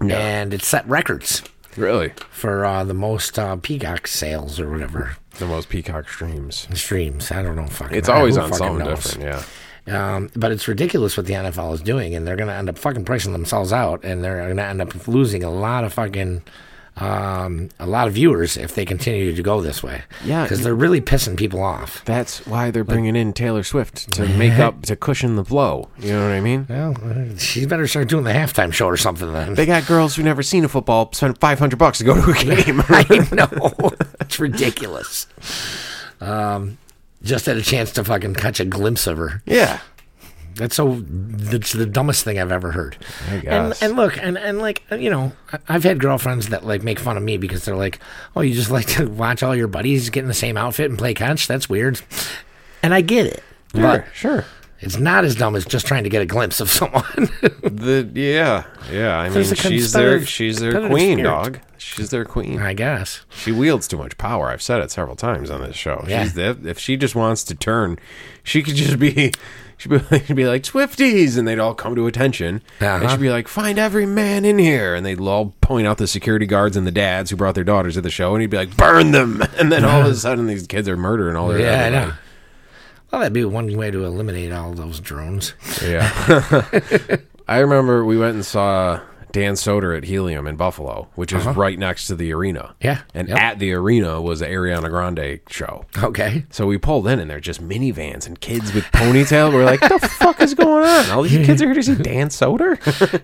Speaker 3: and it set records
Speaker 2: Really.
Speaker 3: for uh, the most uh, Peacock sales or whatever
Speaker 2: The most peacock streams.
Speaker 3: streams. I don't know. Fucking,
Speaker 2: It's always
Speaker 3: who
Speaker 2: on
Speaker 3: fucking
Speaker 2: something
Speaker 3: knows?
Speaker 2: different, yeah.
Speaker 3: Um, but it's ridiculous what the NFL is doing, and they're going to end up fucking pricing themselves out, and they're going to end up losing a lot of fucking um, a lot of viewers if they continue to go this way.
Speaker 2: Yeah.
Speaker 3: because they're really pissing people off.
Speaker 2: That's why they're bringing in Taylor Swift to make up to cushion the blow. You know what I mean?
Speaker 3: Well, uh, she better start doing the halftime show or something then.
Speaker 2: They got girls who've never seen a football spend 500 bucks to go to a game.
Speaker 3: I know. It's ridiculous. Um, just had a chance to fucking catch a glimpse of her.
Speaker 2: yeah.
Speaker 3: That's so. That's the dumbest thing I've ever heard. And,
Speaker 2: guess.
Speaker 3: and look, and, and like you know, I- I've had girlfriends that like make fun of me because they're like, "Oh, you just like to watch all your buddies get in the same outfit and play catch? That's weird." And I get it, but
Speaker 2: sure.
Speaker 3: it's not as dumb as just trying to get a glimpse of someone.
Speaker 2: The yeah, yeah. I
Speaker 3: There's
Speaker 2: mean,
Speaker 3: a
Speaker 2: she's their
Speaker 3: competitive-
Speaker 2: she's their
Speaker 3: competitive
Speaker 2: queen,
Speaker 3: spirit.
Speaker 2: dog. She's their queen.
Speaker 3: I guess.
Speaker 2: She wields too much power. I've said it several times on this show.
Speaker 3: Yeah.
Speaker 2: She's the, if she just wants to turn, she could just be she'd be, she'd be like Swifties, and they'd all come to attention, and
Speaker 3: Uh-huh.
Speaker 2: she'd be like, "Find every man in here," and they'd all point out the security guards and the dads who brought their daughters to the show, and he'd be like, "Burn them!" And then all of a sudden, these kids are murdering all their
Speaker 3: Yeah, I
Speaker 2: everybody.
Speaker 3: know. Well, that'd be one way to eliminate all those drones.
Speaker 2: Yeah. I remember we went and saw Dan Soder at Helium in Buffalo, which is right next to the arena.
Speaker 3: Uh-huh. Yeah.
Speaker 2: And
Speaker 3: Yep.
Speaker 2: at the arena was the Ariana Grande show.
Speaker 3: Okay.
Speaker 2: So we pulled in and they're just minivans and kids with ponytail. We're like, the fuck is going on? All these kids are here to see Dan Soder?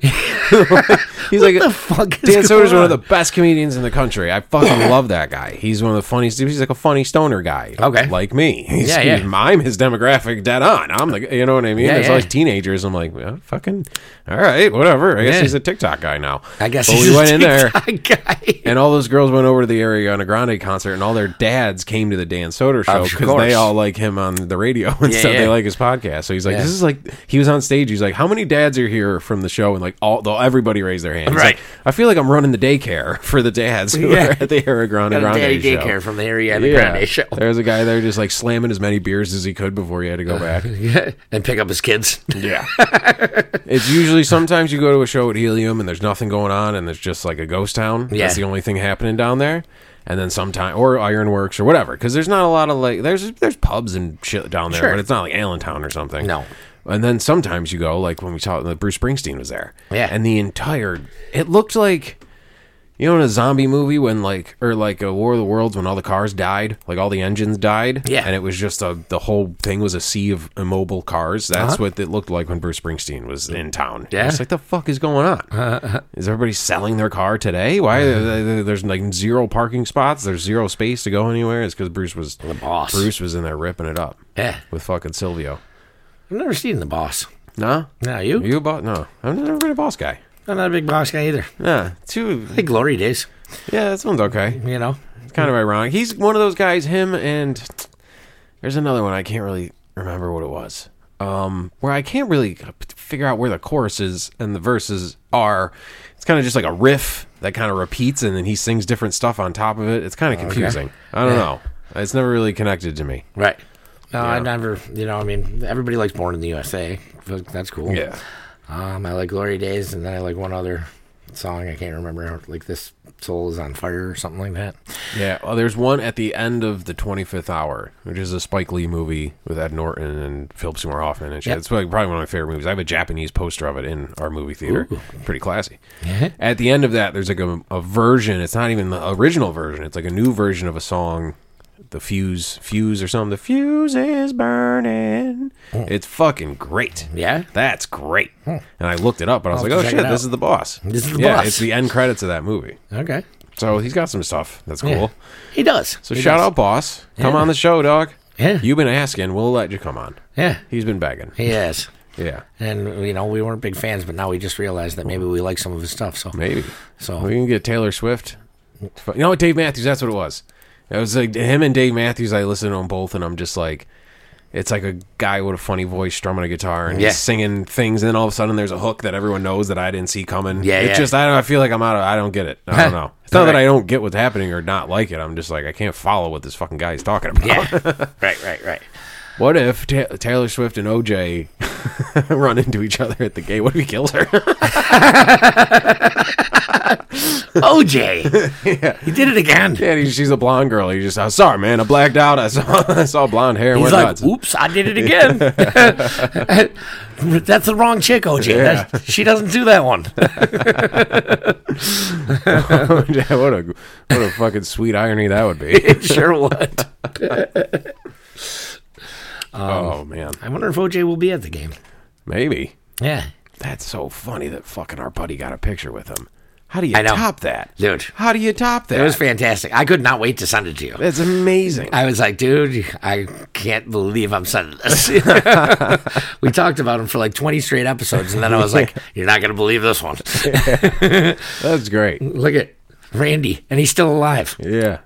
Speaker 2: He's like,
Speaker 3: the fuck is
Speaker 2: Dan
Speaker 3: going
Speaker 2: Soder's one of
Speaker 3: on?
Speaker 2: the best comedians in the country. I fucking love that guy. He's one of the funniest. He's like a funny stoner guy.
Speaker 3: Okay.
Speaker 2: Like me. He's,
Speaker 3: Yeah, yeah.
Speaker 2: he's- I'm his demographic dead on. I'm the, you know what I mean?
Speaker 3: Yeah,
Speaker 2: It's
Speaker 3: yeah.
Speaker 2: like teenagers. I'm like, well, fucking, all right, whatever. I guess
Speaker 3: Yeah.
Speaker 2: he's a TikTok guy now.
Speaker 3: I guess
Speaker 2: But
Speaker 3: he's
Speaker 2: we
Speaker 3: a
Speaker 2: went in there.
Speaker 3: TikTok guy.
Speaker 2: And all those girls went over to the Ariana Grande concert, and all their dads came to the Dan Soder show
Speaker 3: Of
Speaker 2: because
Speaker 3: course.
Speaker 2: they all like him on the radio and
Speaker 3: Yeah,
Speaker 2: stuff. They
Speaker 3: yeah.
Speaker 2: like his podcast. So he's like,
Speaker 3: Yeah.
Speaker 2: "This is like." He was on stage. He's like, "How many dads are here from the show?" And like all, they'll everybody raised their hands.
Speaker 3: Right.
Speaker 2: I feel like I'm running the daycare for the dads who
Speaker 3: Yeah.
Speaker 2: are at the Era Grande
Speaker 3: Got a
Speaker 2: Grande
Speaker 3: daddy
Speaker 2: show.
Speaker 3: daycare from the area the
Speaker 2: Yeah.
Speaker 3: Grande show.
Speaker 2: There was a guy there just like slamming as many beers as he could before he had to go back.
Speaker 3: and pick up his kids.
Speaker 2: Yeah. it's usually sometimes you go to a show at Helium and there's nothing going on and it's just like a ghost town.
Speaker 3: Yeah.
Speaker 2: That's the only thing happening down there. And then sometime or Ironworks or whatever, because there's not a lot of like there's there's pubs and shit down there,
Speaker 3: Sure.
Speaker 2: but it's not like Allentown or something.
Speaker 3: No.
Speaker 2: And then sometimes you go like when we saw like, Bruce Springsteen was there.
Speaker 3: Yeah.
Speaker 2: And the entire it looked like you know in a zombie movie when like or like a War of the Worlds when all the cars died, like all the engines died.
Speaker 3: Yeah.
Speaker 2: And it was just a the whole thing was a sea of immobile cars. That's what it looked like when Bruce Springsteen was in town.
Speaker 3: Uh-huh. Yeah.
Speaker 2: It's like the fuck is going on? Is everybody selling their car today? Why there- there's like zero parking spots? There's zero space to go anywhere. It's because Bruce was the
Speaker 3: boss.
Speaker 2: Bruce was in there ripping it up.
Speaker 3: Yeah.
Speaker 2: With fucking Silvio.
Speaker 3: I've never seen the boss.
Speaker 2: No.
Speaker 3: No, you?
Speaker 2: Are you a boss? No, I've never been a boss guy.
Speaker 3: I'm not a big boss guy either.
Speaker 2: Yeah, two.
Speaker 3: I think glory days,
Speaker 2: Yeah, this one's okay.
Speaker 3: you know.
Speaker 2: It's kind of ironic. He's one of those guys. Him and there's another one. I can't really remember what it was. Um, where I can't really figure out where the choruses and the verses are. It's kind of just like a riff that kind of repeats, and then he sings different stuff on top of it. It's kind of confusing. I don't know. It's never really connected to me.
Speaker 3: Right. No, I
Speaker 2: Yeah.
Speaker 3: never, you know, I mean, everybody likes Born in the USA. but That's cool. Um, I like Glory Days, and then I like one other song I can't remember, like this Soul is on Fire or something like that.
Speaker 2: Yeah, well, there's one at the end of the 25th hour, which is a Spike Lee movie with Ed Norton and Philip Seymour Hoffman and shit.
Speaker 3: Yep.
Speaker 2: It's like probably one of my favorite movies. I have a Japanese poster of it in our movie theater. Pretty classy.
Speaker 3: Yeah.
Speaker 2: At the end of that, there's like a, a version. It's not even the original version. It's like a new version of a song. The fuse, fuse or something. The fuse is burning. It's fucking great.
Speaker 3: Hmm. Yeah? Hmm.
Speaker 2: that's great. And I looked it up, and I was
Speaker 3: I'll
Speaker 2: like, oh
Speaker 3: have to check
Speaker 2: shit,
Speaker 3: it
Speaker 2: this
Speaker 3: out.
Speaker 2: is the boss.
Speaker 3: This is the
Speaker 2: yeah,
Speaker 3: boss.
Speaker 2: It's the end credits of that movie.
Speaker 3: Okay.
Speaker 2: So he's got some stuff. That's cool.
Speaker 3: Yeah. He does.
Speaker 2: So shout out, boss. Come
Speaker 3: Yeah.
Speaker 2: on the show, dog.
Speaker 3: Yeah.
Speaker 2: You've been asking. We'll let you come on.
Speaker 3: Yeah.
Speaker 2: He's been begging.
Speaker 3: He is.
Speaker 2: Yeah.
Speaker 3: And, you know, we weren't big fans, but now we just realized that maybe we like some of his stuff. So
Speaker 2: Maybe.
Speaker 3: So-
Speaker 2: we can get Taylor Swift. You know what? Dave Matthews. That's what it was. It was like him and Dave Matthews. I listen to them both, and I'm just like, it's like a guy with a funny voice strumming a guitar and
Speaker 3: Yeah.
Speaker 2: he's singing things, and then all of a sudden there's a hook that everyone knows that I didn't see coming.
Speaker 3: Yeah,
Speaker 2: It's
Speaker 3: yeah.
Speaker 2: just I don't. I feel like I'm out of. I don't get it. I don't know. It's not that
Speaker 3: Right.
Speaker 2: I don't get what's happening or not like it. I'm just like I can't follow what this fucking guy is talking about.
Speaker 3: Yeah. right, right, right.
Speaker 2: What if Ta- Taylor Swift and OJ run into each other at the gate? What if he kills her?
Speaker 3: OJ. He did it again.
Speaker 2: yeah, he, she's a blonde girl. He just, I'm sorry, man. I blacked out. I saw, I saw blonde hair.
Speaker 3: He's
Speaker 2: What
Speaker 3: like,
Speaker 2: nuts?
Speaker 3: oops, I did it again. That's the wrong chick, OJ. That- she doesn't do that one.
Speaker 2: Yeah, what a what a fucking sweet irony that would be.
Speaker 3: It sure would. Um,
Speaker 2: oh man,
Speaker 3: I wonder if OJ will be at the game.
Speaker 2: maybe
Speaker 3: Yeah.
Speaker 2: that's so funny that fucking our buddy got a picture with him. How do you
Speaker 3: I know.
Speaker 2: top that,
Speaker 3: Dude.
Speaker 2: How do you top that?
Speaker 3: It was fantastic. I could not wait to send it to you.
Speaker 2: that's amazing.
Speaker 3: I was like, dude, I can't believe I'm sending this. we talked about him for like 20 straight episodes, and then I was like, you're not going to believe this one.
Speaker 2: That's great.
Speaker 3: Look at Randy, and he's still alive.
Speaker 2: Yeah,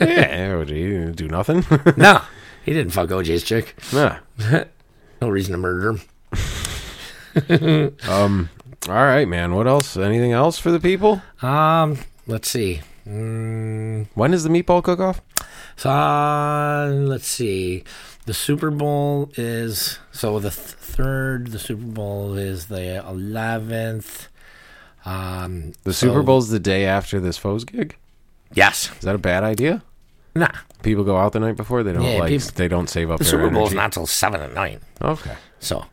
Speaker 2: yeah. OJ he didn't do nothing.
Speaker 3: No, he didn't fuck OJ's chick.
Speaker 2: nah.
Speaker 3: No reason to murder him.
Speaker 2: All right, man. What else? Anything else for the people?
Speaker 3: Um, let's see. Mm,
Speaker 2: When is the meatball cook off?
Speaker 3: So uh, let's see. The Super Bowl is so the th- third. The Super Bowl is the eleventh. Um,
Speaker 2: The
Speaker 3: so-
Speaker 2: Super Bowl's the day after this Foes gig.
Speaker 3: Yes.
Speaker 2: Is that a bad idea?
Speaker 3: Nah.
Speaker 2: People go out the night before. They don't
Speaker 3: Yeah,
Speaker 2: like.
Speaker 3: people-
Speaker 2: they don't save up.
Speaker 3: The
Speaker 2: their
Speaker 3: Super Bowl's
Speaker 2: energy.
Speaker 3: not till seven at night.
Speaker 2: okay.
Speaker 3: So.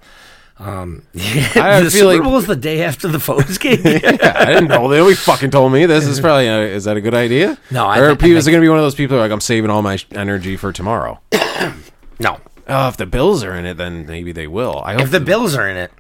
Speaker 3: Um,
Speaker 2: I feel
Speaker 3: the Super
Speaker 2: like-
Speaker 3: Bowl is the day after the Foes game.
Speaker 2: Yeah, I didn't know. They always fucking told me this is probably. A, is that a good idea?
Speaker 3: No, I
Speaker 2: or
Speaker 3: thi- I
Speaker 2: people is it going to be one of those people who are like I'm saving all my sh- energy for tomorrow?
Speaker 3: no,
Speaker 2: Oh, if the Bills are in it, then maybe they will. I hope
Speaker 3: if the Bills are in it,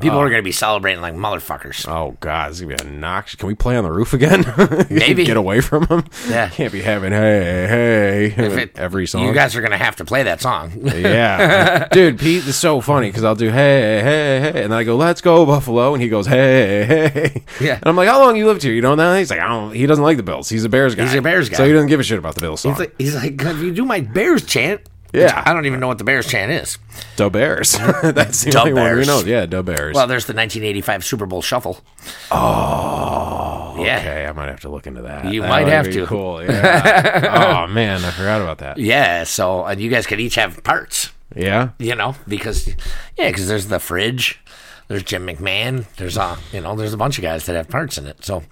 Speaker 3: people
Speaker 2: Uh,
Speaker 3: are going to be celebrating like motherfuckers.
Speaker 2: Oh God, this is gonna be obnoxious. Can we play on the roof again?
Speaker 3: Maybe.
Speaker 2: get away from them.
Speaker 3: Yeah.
Speaker 2: can't be having hey hey
Speaker 3: If it-
Speaker 2: every song.
Speaker 3: you guys are going to have to play that song.
Speaker 2: yeah, dude, Pete is so funny because I'll do hey hey hey, and then I go let's go Buffalo, and he goes hey hey.
Speaker 3: Yeah.
Speaker 2: and I'm like, how long you lived here? You know that? He's like, I don't. He doesn't like the Bills. He's a Bears guy.
Speaker 3: He's a Bears guy.
Speaker 2: so he doesn't give a shit about the Bills. Song.
Speaker 3: He's like, he's like, if you do my Bears chant,
Speaker 2: Yeah.
Speaker 3: I don't even know what the Bears chant is.
Speaker 2: Da Bears. That's the
Speaker 3: Da
Speaker 2: only one we
Speaker 3: Bears.
Speaker 2: know. Yeah, Da Bears.
Speaker 3: Well, there's the 1985 Super Bowl Shuffle. Oh, yeah.
Speaker 2: okay, I might have to look into that.
Speaker 3: You
Speaker 2: That
Speaker 3: might
Speaker 2: would
Speaker 3: have
Speaker 2: be
Speaker 3: to.
Speaker 2: Cool. Yeah. oh man, I forgot about that.
Speaker 3: Yeah, so and you guys could each have parts,
Speaker 2: Yeah.
Speaker 3: you know, because yeah, because there's the fridge, there's Jim McMahon, there's uh, you know, there's a bunch of guys that have parts in it. So,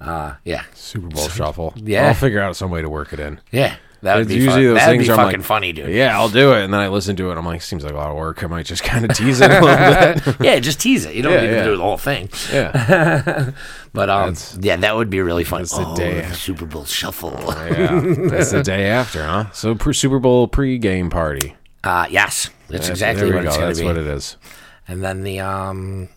Speaker 3: uh, yeah,
Speaker 2: Super Bowl shuffle.
Speaker 3: Yeah.
Speaker 2: I'll figure out some way to work it in.
Speaker 3: yeah, that would
Speaker 2: It's
Speaker 3: be fun.
Speaker 2: usually those
Speaker 3: That'd
Speaker 2: things
Speaker 3: be
Speaker 2: where I'm
Speaker 3: fucking
Speaker 2: like,
Speaker 3: funny, dude.
Speaker 2: Yeah, I'll do it. And then I listen to it. I'm like, seems like a lot of work. I might just kind of tease it a little bit.
Speaker 3: Yeah, just tease it. You don't
Speaker 2: Yeah,
Speaker 3: need
Speaker 2: yeah.
Speaker 3: to do the whole thing.
Speaker 2: Yeah.
Speaker 3: But um, yeah, that would be really fun.
Speaker 2: the
Speaker 3: oh,
Speaker 2: day
Speaker 3: the Super Bowl shuffle.
Speaker 2: Yeah. That's the day after, huh? So pre- Super Bowl pre-game party.
Speaker 3: Uh, yes, that's exactly
Speaker 2: there
Speaker 3: what
Speaker 2: we
Speaker 3: it's
Speaker 2: go.
Speaker 3: going
Speaker 2: That's
Speaker 3: to be.
Speaker 2: what it is.
Speaker 3: and then the um,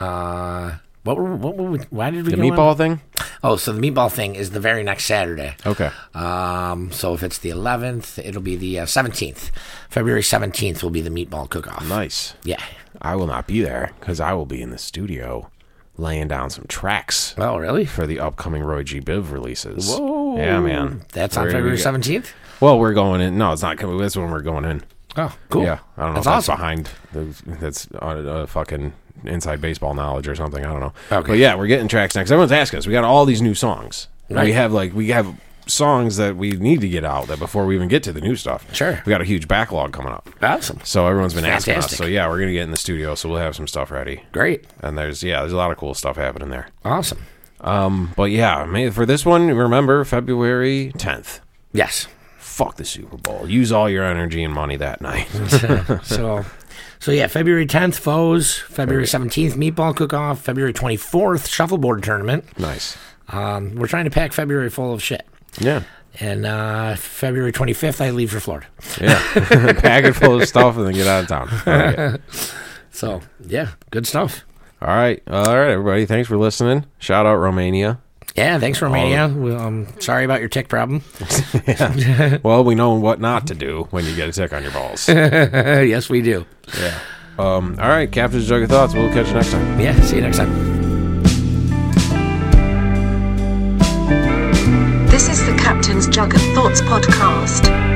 Speaker 3: uh, what were, what were we, why did we
Speaker 2: The
Speaker 3: go on?
Speaker 2: meatball thing?
Speaker 3: Oh, so the meatball thing is the very next Saturday.
Speaker 2: Okay.
Speaker 3: Um, so if it's the 11th, it'll be the uh, 17th. February 17th will be the meatball cook-off.
Speaker 2: Nice.
Speaker 3: Yeah.
Speaker 2: I will not be there because I will be in the studio laying down some tracks
Speaker 3: Oh, really?
Speaker 2: for the upcoming Roy G. Biv releases. Whoa. Yeah, man.
Speaker 3: That's on
Speaker 2: Where do we
Speaker 3: February
Speaker 2: go?
Speaker 3: 17th?
Speaker 2: Well, we're going in. No, it's not coming. That's when we're going in.
Speaker 3: Oh, cool.
Speaker 2: Yeah, I don't know if that's
Speaker 3: That's awesome.
Speaker 2: behind. The, that's on uh, fucking inside baseball knowledge or something. I don't know.
Speaker 3: Okay.
Speaker 2: But yeah, we're getting tracks next. Everyone's asking us. We got all these new songs.
Speaker 3: Right.
Speaker 2: We have like we have songs that we need to get out that before we even get to the new stuff.
Speaker 3: Sure.
Speaker 2: We got a huge backlog coming up.
Speaker 3: Awesome.
Speaker 2: So everyone's been asking us.
Speaker 3: Fantastic.
Speaker 2: So yeah, we're gonna get in the studio. So we'll have some stuff ready.
Speaker 3: Great.
Speaker 2: And there's yeah, there's a lot of cool stuff happening there. Um,
Speaker 3: Awesome.
Speaker 2: But yeah, may- for this one, remember February 10th.
Speaker 3: Yes.
Speaker 2: Fuck the Super Bowl. Use all your energy and money that night.
Speaker 3: so, so yeah, February 10th, foes. February 17th, meatball cook-off. February 24th, shuffleboard tournament.
Speaker 2: nice.
Speaker 3: Um, we're trying to pack February full of shit.
Speaker 2: Yeah.
Speaker 3: And uh, February 25th, I leave for Florida.
Speaker 2: Yeah. Pack it full of stuff and then get out of town. I like it.
Speaker 3: So, yeah, good stuff.
Speaker 2: All right. All right, everybody. Thanks for listening. Shout out Romania.
Speaker 3: Yeah, thanks, Romania. Well, um, sorry about your tick problem.
Speaker 2: Well, we know what not to do when you get a tick on your balls. Um,
Speaker 3: Uh, yes, we do.
Speaker 2: all right. Captain's Jug of Thoughts. We'll catch you next time.
Speaker 3: Yeah, see you next time.
Speaker 1: This is the Captain's Jug of Thoughts podcast.